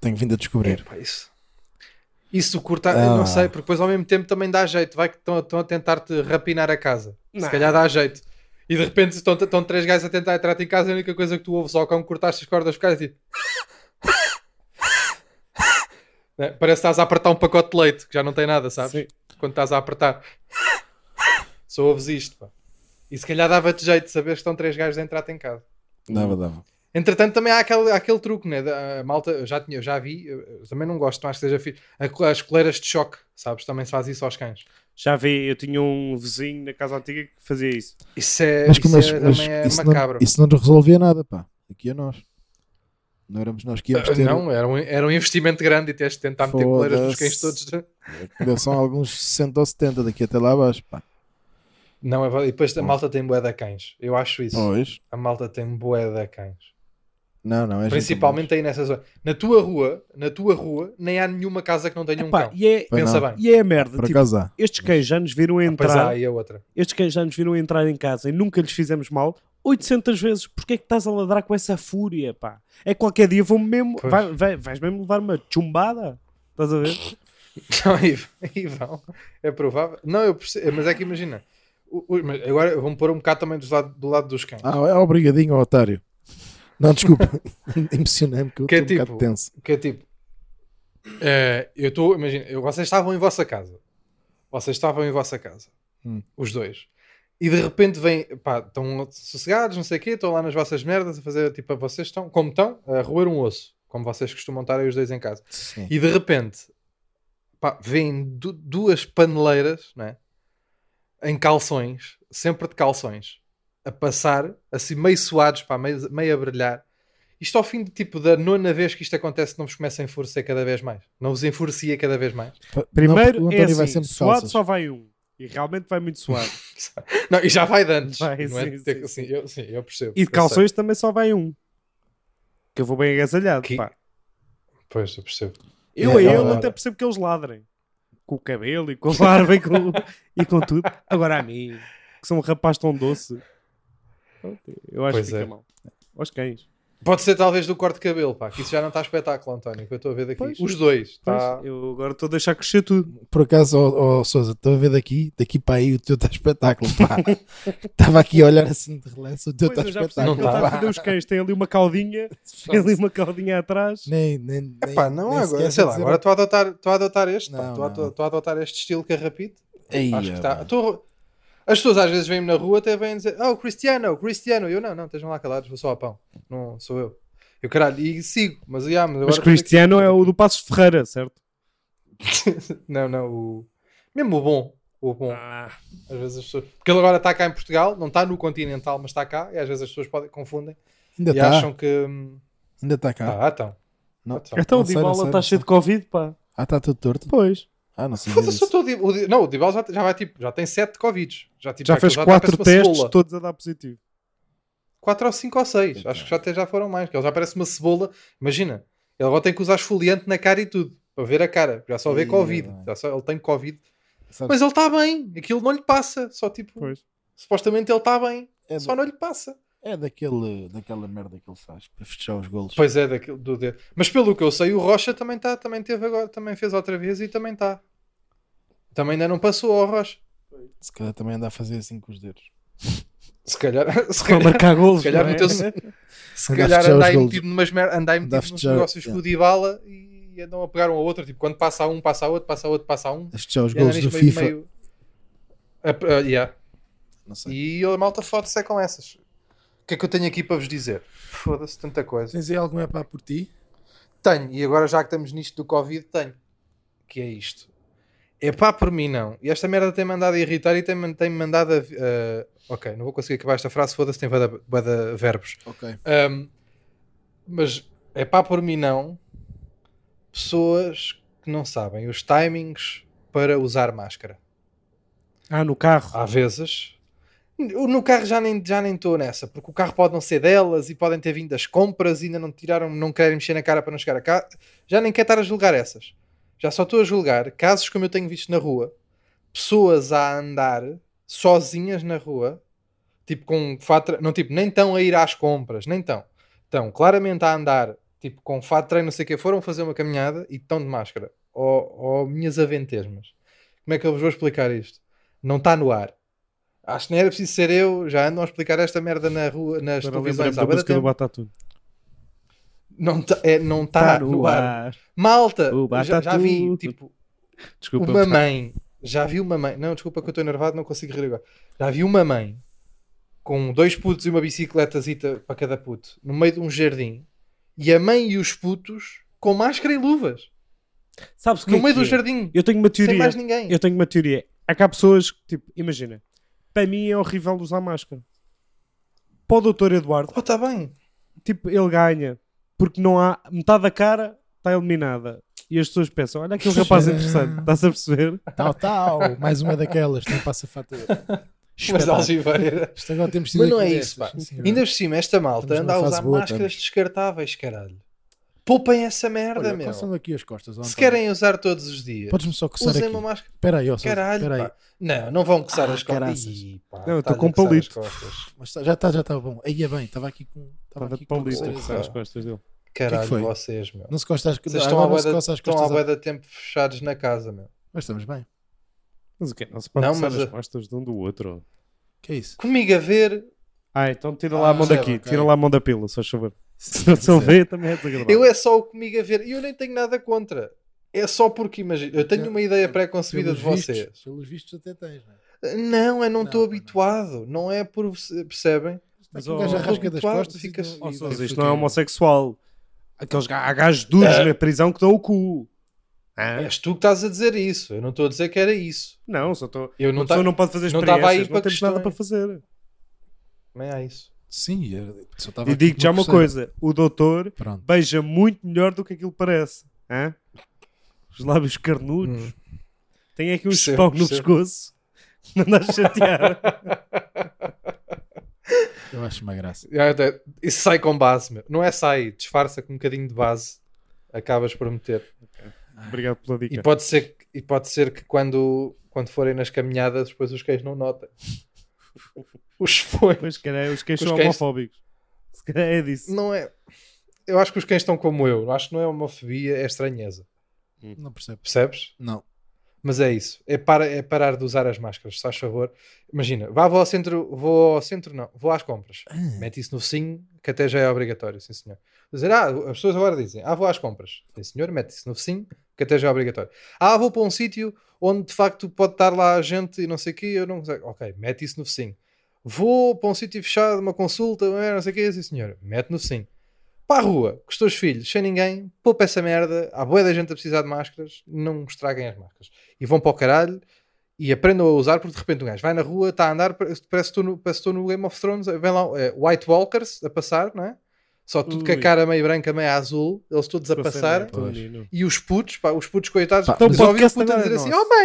Speaker 3: Tenho vindo a descobrir.
Speaker 1: Epá, isso. Isso curta,
Speaker 3: Ah.
Speaker 1: eu não sei, porque depois ao mesmo tempo também dá jeito. Vai que estão estão a tentar-te rapinar a casa.
Speaker 2: Não.
Speaker 1: Se calhar dá jeito. E de repente estão, estão três gajos a tentar entrar em casa. e A única coisa que tu ouves ao cão cortaste as cordas focais e tipo. <laughs> Né? Parece que estás a apertar um pacote de leite que já não tem nada, sabes?
Speaker 2: Sim.
Speaker 1: Quando estás a apertar, só ouves isto. Pá. E se calhar dava-te jeito de saber que estão três gajos a entrar em casa.
Speaker 3: Dava, dava.
Speaker 1: Entretanto, também há aquele, há aquele truque, né? Da, a malta, eu já, tinha, eu já vi, eu, eu também não gosto, não acho que seja fixe. A co- As coleiras de choque, sabes? Também se faz isso aos cães.
Speaker 2: Já vi, eu tinha um vizinho na casa antiga que fazia isso.
Speaker 1: Isso é,
Speaker 3: Mas,
Speaker 1: isso
Speaker 3: mas,
Speaker 1: é-
Speaker 3: mas
Speaker 1: também é
Speaker 3: isso, não,
Speaker 1: macabro.
Speaker 3: isso não nos resolvia nada, pá. Aqui a nós. Não éramos nós que íamos
Speaker 1: Ah,
Speaker 3: ter.
Speaker 1: Não, era um, era um investimento grande e tens de tentar meter
Speaker 3: Foda-se.
Speaker 1: coleiras nos cães todos. né?
Speaker 3: Ainda são alguns 60 ou 70 daqui até lá abaixo, pá.
Speaker 1: Não, é, verdade. e depois a malta tem bué da cães. Eu acho isso.
Speaker 3: Pois.
Speaker 1: A malta tem bué da cães.
Speaker 3: Não, não, é gente
Speaker 1: Principalmente aí nessa zona. Na tua rua, na tua rua, nem há nenhuma casa que não tenha um
Speaker 2: Epá,
Speaker 1: cão.
Speaker 2: e, é,
Speaker 3: Pois
Speaker 1: Pensa
Speaker 3: não.
Speaker 1: bem.
Speaker 2: e é a
Speaker 3: demais.
Speaker 2: merda.
Speaker 3: Por
Speaker 2: tipo,
Speaker 3: acaso é, há.
Speaker 2: estes cães já nos viram
Speaker 1: Ah, Pois há
Speaker 2: entrar,
Speaker 1: aí a outra.
Speaker 2: estes cães já nos viram entrar em casa e nunca lhes fizemos mal. 800 vezes, porque é que estás a ladrar com essa fúria, pá? É que qualquer dia vou-me mesmo,
Speaker 1: Pois.
Speaker 2: vai- vai- vais mesmo levar uma chumbada? Estás a ver?
Speaker 1: Não, <laughs> e, e vão. É provável. Não, eu percebo, mas é que imagina. O- o- mas agora vamos pôr um bocado também do lado, do lado dos cães.
Speaker 3: Ah, é obrigadinho ao otário. Não, desculpa.
Speaker 1: <laughs>
Speaker 3: Impressionei-me que eu
Speaker 1: Que é
Speaker 3: estou um
Speaker 1: tipo-
Speaker 3: bocado tenso.
Speaker 1: Que é tipo. eh, eu estou. Imagina, eu- vocês estavam em vossa casa. Vocês estavam em vossa casa.
Speaker 3: Hum.
Speaker 1: Os dois. E de repente vêm. Pá, estão sossegados, não sei o quê. Estão lá nas vossas merdas a fazer. Tipo, a vocês estão. Como estão? A roer um osso. Como vocês costumam estar aí os dois em casa.
Speaker 3: Sim.
Speaker 1: E de repente, pá, vêm du- duas paneleiras, né? Em calções, sempre de calções, a passar, assim meio suados, pá, meio, meio a brilhar. Isto ao fim de tipo da nona vez que isto acontece, não vos começa a enfurecer cada vez mais. Não vos enfurecia cada vez mais.
Speaker 3: não,
Speaker 2: Primeiro
Speaker 3: porque o
Speaker 2: é
Speaker 3: António vai
Speaker 2: assim,
Speaker 3: sempre de
Speaker 2: suado
Speaker 3: calças.
Speaker 2: só vai um. E realmente vai muito
Speaker 3: <laughs>
Speaker 2: suado.
Speaker 1: Não, e já vai de antes.
Speaker 2: Vai,
Speaker 1: não é?
Speaker 2: sim,
Speaker 1: Tem
Speaker 2: sim,
Speaker 1: que-
Speaker 2: sim.
Speaker 1: sim, eu, sim, eu percebo.
Speaker 2: E de
Speaker 1: eu
Speaker 2: calções também só vai um. Que eu vou bem agasalhado,
Speaker 1: Que-
Speaker 2: pá.
Speaker 1: sei. Pois, eu percebo.
Speaker 2: Eu
Speaker 3: É
Speaker 2: a ele
Speaker 3: verdade.
Speaker 2: até percebo que eles ladrem. Com o cabelo e com a barba e com, e com tudo. Agora a mim, que sou um rapaz tão doce. Eu acho
Speaker 1: Pois
Speaker 2: que fica
Speaker 1: é.
Speaker 2: mal. Aos cães.
Speaker 1: Pode ser talvez do corte de cabelo, pá, que isso já não está espetáculo, António, que eu estou a ver daqui.
Speaker 2: Pois.
Speaker 1: Os dois,
Speaker 2: Pois,
Speaker 1: tá?
Speaker 2: Eu agora estou a deixar crescer tudo.
Speaker 3: Por acaso, ó oh, Souza, estou a ver daqui, daqui para aí o teu está espetáculo,
Speaker 2: <laughs>
Speaker 3: pá. Estava aqui a olhar assim de relance, o teu
Speaker 2: Pois,
Speaker 3: está
Speaker 2: eu já
Speaker 3: espetáculo.
Speaker 2: percebi
Speaker 1: Não
Speaker 2: que ele está a
Speaker 1: tá.
Speaker 2: defender os cães. Tem ali
Speaker 3: <laughs>
Speaker 2: uma caudinha. Tem ali uma caudinha atrás.
Speaker 3: Nem, nem, nem,
Speaker 1: Epá, não
Speaker 3: nem
Speaker 1: agora,
Speaker 3: sequer
Speaker 1: sei lá,
Speaker 3: dizer- um
Speaker 1: agora estou a adotar, estou a adotar este, pá,
Speaker 3: Não,
Speaker 1: estou a-
Speaker 3: não.
Speaker 1: estou a- estou a adotar este estilo carrapito.
Speaker 3: Ei,
Speaker 1: Acho que tá-
Speaker 3: ah,
Speaker 1: está.
Speaker 3: pá.
Speaker 1: estou- As pessoas às vezes vêm-me na rua até vêm dizer, oh Cristiano, Cristiano, eu não, não, estejam lá calados, vou só ao pão, não sou eu. Eu caralho, e sigo, mas, yeah, mas agora.
Speaker 2: Mas Cristiano é o do Passos Ferreira, certo?
Speaker 1: Não, não, o. Mesmo o bom, O bom.
Speaker 2: Ah,
Speaker 1: Às vezes as pessoas. Porque ele agora está cá em Portugal, não está no continental, mas está cá, e às vezes as pessoas podem, confundem
Speaker 3: Ainda
Speaker 1: e
Speaker 3: está,
Speaker 1: acham que. hum,
Speaker 3: ainda está cá.
Speaker 1: Ah, então.
Speaker 3: Não.
Speaker 1: então.
Speaker 2: então o
Speaker 3: Não sei, não
Speaker 2: Dybala
Speaker 3: sei,
Speaker 2: está
Speaker 3: não
Speaker 2: cheio
Speaker 3: sei.
Speaker 2: de Covid, pá.
Speaker 3: Ah, está tudo torto?
Speaker 2: Pois.
Speaker 3: Ah, não sei.
Speaker 1: Foda-se, eu estou a di- o Di- não, o Dibal já, já vai tipo, já tem 7 Covid. Já, tipo,
Speaker 2: Já
Speaker 1: aquilo
Speaker 2: fez
Speaker 1: tá,
Speaker 2: quatro
Speaker 1: parece uma
Speaker 2: testes,
Speaker 1: cebola.
Speaker 2: todos a dar positivo.
Speaker 1: 4 ou 5 ou 6.
Speaker 2: Então.
Speaker 1: Acho que já, até já foram mais. que Ele já parece uma cebola. Imagina, ele agora tem que usar esfoliante na cara e tudo. Para ver a cara. Já só vê
Speaker 3: Ih,
Speaker 1: Covid.
Speaker 3: bem.
Speaker 1: Já só, ele tem Covid.
Speaker 3: Sabes,
Speaker 1: Mas ele está bem. Aquilo não lhe passa. Só tipo.
Speaker 2: Pois.
Speaker 1: Supostamente ele está bem.
Speaker 3: é,
Speaker 1: Só
Speaker 3: da,
Speaker 1: não lhe passa.
Speaker 3: é daquele, daquela merda que ele faz para fechar os golos.
Speaker 1: Pois é, daquilo, do dedo. Mas pelo que eu sei, o Rocha também está. Também teve agora. Também fez outra vez e também está. Também ainda não passou ao Rocha.
Speaker 3: Se calhar também anda a fazer assim com os dedos.
Speaker 1: Se calhar. <laughs> Se
Speaker 2: Para
Speaker 1: calhar,
Speaker 2: marcar golos,
Speaker 1: se calhar
Speaker 2: não é?
Speaker 1: meteu-se- se
Speaker 3: Andar a
Speaker 1: calhar
Speaker 3: fechar
Speaker 1: andar
Speaker 3: os golos.
Speaker 1: metido, numas mer... andar
Speaker 3: Andar a
Speaker 1: metido nos
Speaker 3: fechar-
Speaker 1: negócios
Speaker 3: yeah.
Speaker 1: com o Dybala e andam a pegar um ao outro. Tipo, quando passa a um, passa a outro, passa a outro, passa a um.
Speaker 3: A fechar
Speaker 2: É
Speaker 3: os
Speaker 1: E andam
Speaker 3: golos do
Speaker 1: nisto
Speaker 3: FIFA.
Speaker 1: meio- Ah, ah, yeah.
Speaker 3: Não sei.
Speaker 1: E a malta fode-se é com essas. O que é que eu tenho aqui para vos dizer? Foda-se, tanta coisa.
Speaker 3: Tens aí algum é pá por ti?
Speaker 1: Tenho, e agora já que estamos nisto do Covid, tenho. Que é isto. É pá, por mim não. E esta merda tem-me andado a irritar e tem-me tem-me mandado a. vi- ah, ok, não vou conseguir acabar esta frase, foda-se, tem bada, bada verbos.
Speaker 3: Ok.
Speaker 1: Um, mas é pá por mim não. Pessoas que não sabem os timings para usar máscara.
Speaker 2: <laughs> Ah, no carro.
Speaker 1: Há vezes. eu No carro já nem já nem estou nessa, porque o carro pode não ser delas e podem ter vindo das compras e ainda não tiraram, não querem mexer na cara para não chegar a cá. Já nem quero estar a julgar essas. Já só estou a julgar casos como eu tenho visto na rua, pessoas a andar sozinhas na rua, tipo com fato, tre- não tipo, nem estão a ir às compras, nem estão. Estão claramente a andar, tipo com fato de treino, não sei o que, foram fazer uma caminhada e estão de máscara. Oh, oh minhas aventesmas. Como é que eu vos vou explicar isto? Não está no ar. Acho que não era preciso ser eu, já andam a explicar esta merda na rua, nas
Speaker 2: Agora lembrei-me
Speaker 1: televisões há
Speaker 2: da
Speaker 1: bué de
Speaker 2: música do
Speaker 1: tempo.
Speaker 2: Batatune.
Speaker 1: Não está é, não tá no ar. Malta,
Speaker 2: O
Speaker 1: já, já vi,
Speaker 2: Batatu.
Speaker 1: tipo,
Speaker 2: Desculpa. tá.
Speaker 1: uma mãe, já vi uma mãe, não, desculpa que eu estou enervado, não consigo rir agora. Já vi uma mãe com dois putos e uma bicicletazita para cada puto, no meio de um jardim, e a mãe e os putos com máscara e luvas,
Speaker 2: Sabes o que
Speaker 1: no
Speaker 2: é
Speaker 1: meio
Speaker 2: que
Speaker 1: do
Speaker 2: é?
Speaker 1: jardim,
Speaker 2: Eu tenho uma
Speaker 1: sem
Speaker 2: teoria.
Speaker 1: mais ninguém.
Speaker 2: Eu tenho uma teoria. Há cá pessoas que, tipo, imagina, para mim é horrível usar máscara. Para o doutor Eduardo,
Speaker 1: Oh, está bem.
Speaker 2: tipo, ele ganha porque não há metade da cara está eliminada. E as pessoas pensam: olha aquele
Speaker 1: <laughs>
Speaker 2: rapaz interessante, estás a perceber?
Speaker 3: Tal, tal. Mais uma daquelas. Não passa fatura.
Speaker 1: <laughs> Mas
Speaker 3: Espetáculo.
Speaker 1: Algibeira.
Speaker 3: Isto agora temos tido
Speaker 1: Mas não é
Speaker 3: aqui
Speaker 1: isso, pá.
Speaker 3: dessas, sim, senhor.
Speaker 1: Ainda por cima, esta malta
Speaker 3: Estamos
Speaker 1: anda a
Speaker 3: numa
Speaker 1: usar
Speaker 3: fase boa,
Speaker 1: máscaras
Speaker 3: estamos.
Speaker 1: descartáveis, caralho. Poupem essa merda,
Speaker 3: Olha,
Speaker 1: meu.
Speaker 3: coçam aqui as costas. ó,
Speaker 1: Se
Speaker 3: António.
Speaker 1: querem usar todos os dias,
Speaker 3: Podes-me só coçar
Speaker 1: usem
Speaker 3: aqui.
Speaker 1: uma máscara.
Speaker 3: Espera aí, ó, Sousa,
Speaker 1: Caralho,
Speaker 3: espera aí.
Speaker 1: pá. Não, não vão coçar
Speaker 3: Ah,
Speaker 1: as costas.
Speaker 3: caraças.
Speaker 1: Ih, pá,
Speaker 2: Não, eu tô
Speaker 1: estás a
Speaker 2: com
Speaker 1: coçar as
Speaker 2: palito.
Speaker 1: costas.
Speaker 3: Mas tá- já está já tá bom. Aí é bem, estava aqui com. Estava
Speaker 2: Estava de
Speaker 3: aqui com
Speaker 2: paulista a
Speaker 1: coçares.
Speaker 2: coçar as costas dele.
Speaker 1: Caralho,
Speaker 3: foi?
Speaker 1: vocês, meu.
Speaker 3: Não se costa as
Speaker 1: Vocês
Speaker 3: costas.
Speaker 1: estão à
Speaker 3: Agora não se
Speaker 1: boeda-
Speaker 3: coça as
Speaker 1: estão à
Speaker 3: costas.
Speaker 1: boia de tempo fechados na casa, meu.
Speaker 3: Mas estamos bem.
Speaker 2: Mas o quê? Não se pode
Speaker 1: Não,
Speaker 2: coçar
Speaker 1: mas
Speaker 2: as
Speaker 1: a-
Speaker 2: costas de um do outro.
Speaker 3: Que é isso?
Speaker 1: Comigo a ver,
Speaker 2: Ah, então tira lá a mão
Speaker 3: Ah,
Speaker 2: daqui,
Speaker 3: ok.
Speaker 2: tira lá a mão da pila, só
Speaker 1: <laughs>
Speaker 2: favor. Se não se vê, também é desagradável.
Speaker 1: eu é só o comigo a ver. E eu nem tenho nada contra. É só porque, imagina, eu tenho uma ideia pré-concebida de vocês.
Speaker 3: vistos, pelos vistos até tens, não é?
Speaker 1: Não, eu não
Speaker 3: Não,
Speaker 1: estou
Speaker 3: não.
Speaker 1: habituado. Não é por. Percebem?
Speaker 2: Mas,
Speaker 3: Mas o
Speaker 2: ó,
Speaker 3: tá um gajo
Speaker 2: ó,
Speaker 3: arrasca das
Speaker 1: habituado,
Speaker 3: costas.
Speaker 1: ficas-
Speaker 3: e
Speaker 2: ó,
Speaker 3: não- e
Speaker 2: Sousa,
Speaker 3: vai
Speaker 2: isto
Speaker 3: ficar-
Speaker 2: não é homossexual. Aqueles, ga- há gajos duros
Speaker 1: Ah.
Speaker 2: na prisão que dão o cu. Ah,
Speaker 1: És tu que estás a dizer isso. Eu não estou a dizer que era isso.
Speaker 2: Não, só estou.
Speaker 1: Eu
Speaker 2: Uma
Speaker 1: Tipo, não tá-
Speaker 2: pessoa
Speaker 1: estou.
Speaker 2: não pode fazer
Speaker 1: não estava
Speaker 2: experiências,
Speaker 1: aí
Speaker 2: não,
Speaker 1: para
Speaker 2: temos nada para
Speaker 1: questões.
Speaker 2: fazer.
Speaker 1: Também há isso.
Speaker 3: Sim, eu só estava
Speaker 2: E
Speaker 3: aqui
Speaker 2: digo-te
Speaker 3: com
Speaker 2: já tipo uma
Speaker 3: coceira.
Speaker 2: coisa: o doutor
Speaker 3: Pronto.
Speaker 2: beija muito melhor do que aquilo parece. Hã? Os lábios carnudos.
Speaker 1: Hum.
Speaker 2: Tem aqui um
Speaker 1: Percebo,
Speaker 2: chupão no
Speaker 1: percebo.
Speaker 2: pescoço. <laughs> Não andas <laughs> chatear.
Speaker 3: Eu acho uma graça.
Speaker 1: Ah, tá. Isso sai com base, meu. Não é sai, disfarça com um bocadinho de base. Acabas por meter.
Speaker 2: Obrigado pela dica.
Speaker 1: E pode ser que, e pode ser que quando, quando forem nas caminhadas, depois os cães não notem. Os põe.
Speaker 2: Pois, se calhar, os
Speaker 1: Os
Speaker 2: queixos são
Speaker 1: cães-
Speaker 2: homofóbicos. Se calhar é disso.
Speaker 1: Não é. Eu acho que os cães estão como eu. Acho que não é homofobia, é estranheza.
Speaker 3: Não percebo.
Speaker 1: Percebes?
Speaker 3: Não.
Speaker 1: Mas é isso. É, para, é parar de usar as máscaras, se faz favor. Imagina, vá vou ao centro, vou ao centro, não, vou às compras. Mete isso no focinho, que até já é obrigatório, sim senhor. Vou Dizer, ah, as pessoas agora dizem, ah, vou às compras. Sim senhor, mete isso no focinho, que até já é obrigatório. Ah, vou para um sítio onde de facto pode estar lá gente e não sei o quê, eu não sei. Ok, mete isso no focinho. Vou para um sítio fechado, uma consulta, não sei o quê, sim senhor, mete no focinho. Para a rua, com os teus filhos, sem ninguém, poupa essa merda, há boa da gente a precisar de máscaras, não estraguem as máscaras. E vão para o caralho e aprendam a usar, porque de repente um gajo vai na rua, está a andar, parece que estou no, parece que estou no Game of Thrones, vem lá é, White Walkers a passar, não é? Só tudo com a
Speaker 2: Ui.
Speaker 1: cara meio branca, meio azul, eles todos a
Speaker 2: é
Speaker 1: passar. E os putos, pá, os putos coitados,
Speaker 3: Pá,
Speaker 1: então
Speaker 3: mas
Speaker 1: só
Speaker 2: o
Speaker 1: ouvi o
Speaker 2: podcast
Speaker 1: puto a
Speaker 2: agora
Speaker 1: dizer
Speaker 2: é
Speaker 1: assim:
Speaker 2: nosso.
Speaker 1: Oh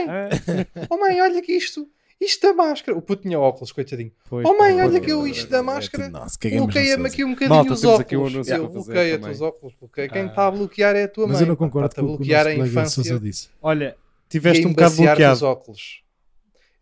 Speaker 1: mãe,
Speaker 2: Ah,
Speaker 1: oh mãe, olha que isto, isto da máscara. O puto tinha óculos, coitadinho.
Speaker 2: pois,
Speaker 1: Oh mãe,
Speaker 2: pois,
Speaker 1: olha
Speaker 2: pois,
Speaker 1: que eu
Speaker 2: pois,
Speaker 1: isto
Speaker 2: pois.
Speaker 1: da máscara.
Speaker 3: Nossa,
Speaker 1: Bloqueia-me aqui um bocadinho
Speaker 2: Malta,
Speaker 1: os
Speaker 2: temos aqui um
Speaker 1: óculos.
Speaker 2: anúncio
Speaker 1: eu
Speaker 2: para fazer
Speaker 1: bloqueia-te
Speaker 2: também.
Speaker 1: os óculos. Bloqueia. Quem
Speaker 2: Ah.
Speaker 1: está a bloquear é a tua mãe.
Speaker 3: Mas eu não
Speaker 1: pá,
Speaker 3: concordo
Speaker 1: está
Speaker 3: com o que o
Speaker 1: bloquear
Speaker 3: nosso
Speaker 1: a
Speaker 3: colega
Speaker 1: infância
Speaker 3: Sousa disse.
Speaker 2: Olha,
Speaker 1: e a
Speaker 2: tiveste um bocado
Speaker 1: embaciar os
Speaker 2: bloqueado.
Speaker 1: óculos.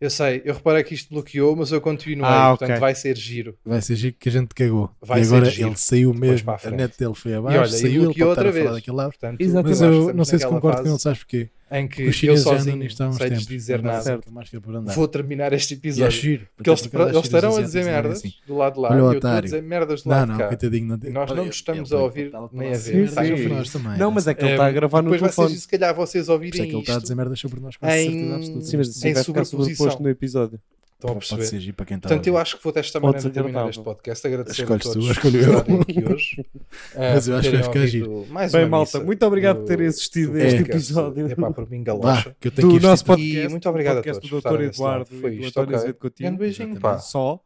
Speaker 1: Eu sei, eu reparei que isto bloqueou, mas eu continuei.
Speaker 2: Ah,
Speaker 1: portanto,
Speaker 2: ok.
Speaker 1: vai ser giro.
Speaker 3: Vai ser giro que a gente cagou.
Speaker 1: Vai
Speaker 3: e
Speaker 1: ser
Speaker 3: agora
Speaker 1: giro.
Speaker 3: ele saiu mesmo,
Speaker 1: para a
Speaker 3: a
Speaker 1: frente.
Speaker 3: net dele foi
Speaker 1: e
Speaker 3: abaixo,
Speaker 1: olha, e
Speaker 3: saiu ele
Speaker 1: bloqueou
Speaker 3: para estar
Speaker 1: outra
Speaker 3: a falar
Speaker 1: vez.
Speaker 3: daquele lado.
Speaker 1: Portanto,
Speaker 2: Exatamente.
Speaker 3: Mas
Speaker 1: acho que
Speaker 3: eu
Speaker 1: estamos
Speaker 3: não sei se
Speaker 1: naquela
Speaker 3: concordo com
Speaker 1: fase
Speaker 3: ele, sabes porquê?
Speaker 1: Em
Speaker 3: Porque os
Speaker 1: que eu
Speaker 3: chineses já andam
Speaker 1: sozinho,
Speaker 3: nisto há uns
Speaker 1: sem lhes
Speaker 3: tempos.
Speaker 1: dizer
Speaker 3: Andam
Speaker 1: nada,
Speaker 3: sempre com máscara por andar.
Speaker 1: vou terminar
Speaker 3: E
Speaker 1: este
Speaker 3: é
Speaker 1: episódio.
Speaker 3: giro.
Speaker 1: Porque eles,
Speaker 3: por acaso,
Speaker 1: eles estarão a
Speaker 3: chineses
Speaker 1: dizer
Speaker 3: dizem
Speaker 1: merdas
Speaker 3: assim.
Speaker 1: do lado de lá
Speaker 3: Olha o
Speaker 1: e eu estou a
Speaker 3: otário.
Speaker 1: dizer merdas do
Speaker 3: Não,
Speaker 1: lado
Speaker 3: não,
Speaker 1: de cá.
Speaker 3: coitadinho. Não tem-
Speaker 1: Nós não
Speaker 3: Olha,
Speaker 1: nos estamos
Speaker 3: ele
Speaker 1: a
Speaker 3: vai
Speaker 1: ouvir
Speaker 3: cortá-lo
Speaker 1: nem
Speaker 3: pela
Speaker 1: a
Speaker 3: frente.
Speaker 1: ver.
Speaker 2: Sim,
Speaker 1: Tá
Speaker 2: sim.
Speaker 1: frio.
Speaker 3: Nós também.
Speaker 2: Não, mas é que ele está a
Speaker 1: Ehm,
Speaker 2: gravar no
Speaker 1: Depois vai ser
Speaker 2: telefone.
Speaker 1: giro, se calhar vocês
Speaker 3: Por isso é que
Speaker 1: ouvirem
Speaker 3: ele está a
Speaker 1: isto.
Speaker 3: dizer merdas sobre nós com
Speaker 1: em-
Speaker 3: certeza absoluta.
Speaker 2: Sim, mas assim
Speaker 1: Em
Speaker 2: vai ficar
Speaker 1: sobreposição.
Speaker 2: sobreposto no episódio.
Speaker 1: Estão a
Speaker 3: Pode
Speaker 1: perceber?
Speaker 3: ser tá giro para quem está a
Speaker 1: Portanto, eu
Speaker 3: ouvir.
Speaker 1: acho que vou desta
Speaker 2: Pode
Speaker 1: maneira
Speaker 2: ser
Speaker 1: terminar
Speaker 2: agradável.
Speaker 1: este podcast. Agradecer
Speaker 3: Escolhes
Speaker 1: a
Speaker 3: tu,
Speaker 1: todos
Speaker 3: escolho
Speaker 1: por
Speaker 3: eu.
Speaker 1: estarem
Speaker 3: <laughs>
Speaker 1: aqui hoje. ah,
Speaker 3: Mas eu acho que
Speaker 1: terem
Speaker 3: vai ficar
Speaker 1: ouvido mais
Speaker 2: Bem,
Speaker 1: uma
Speaker 2: malta,
Speaker 1: missa
Speaker 2: muito obrigado
Speaker 1: do-
Speaker 2: por terem assistido
Speaker 1: do
Speaker 2: a este
Speaker 1: podcast.
Speaker 2: episódio.
Speaker 1: Epá, por mim,
Speaker 3: Vá,
Speaker 1: galocha.
Speaker 3: que eu tenho que
Speaker 2: Do
Speaker 3: ir
Speaker 2: nosso
Speaker 3: visitar.
Speaker 2: podcast.
Speaker 1: E muito obrigado
Speaker 2: podcast
Speaker 1: a todos
Speaker 2: do
Speaker 1: por
Speaker 2: Dr.
Speaker 1: estarem desse lado.
Speaker 2: Eduardo
Speaker 1: Foi
Speaker 2: e do
Speaker 1: isto,
Speaker 2: António
Speaker 1: ok.
Speaker 2: Azevedo Coutinho. um
Speaker 1: Grande um beijinho, pá.
Speaker 2: Só.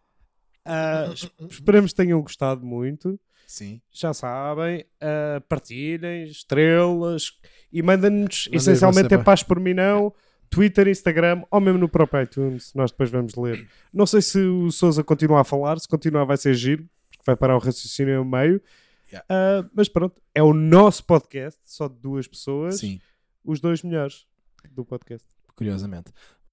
Speaker 2: Ah,
Speaker 1: <laughs>
Speaker 2: es- esperamos que tenham gostado muito.
Speaker 3: Sim.
Speaker 2: Já sabem, ah, partilhem, estrelas e mandem-nos,
Speaker 3: Mandem
Speaker 2: essencialmente
Speaker 3: você,
Speaker 2: é
Speaker 3: pá.
Speaker 2: paz por mim não, Twitter, Instagram ou mesmo no próprio iTunes, nós depois vamos ler. Não sei se o Sousa continua a falar, se continuar vai ser giro, porque vai parar o raciocínio no meio.
Speaker 3: Yeah.
Speaker 2: Ah, mas pronto, é o nosso podcast, só de duas pessoas,
Speaker 3: Sim.
Speaker 2: os dois melhores do podcast.
Speaker 3: Curiosamente.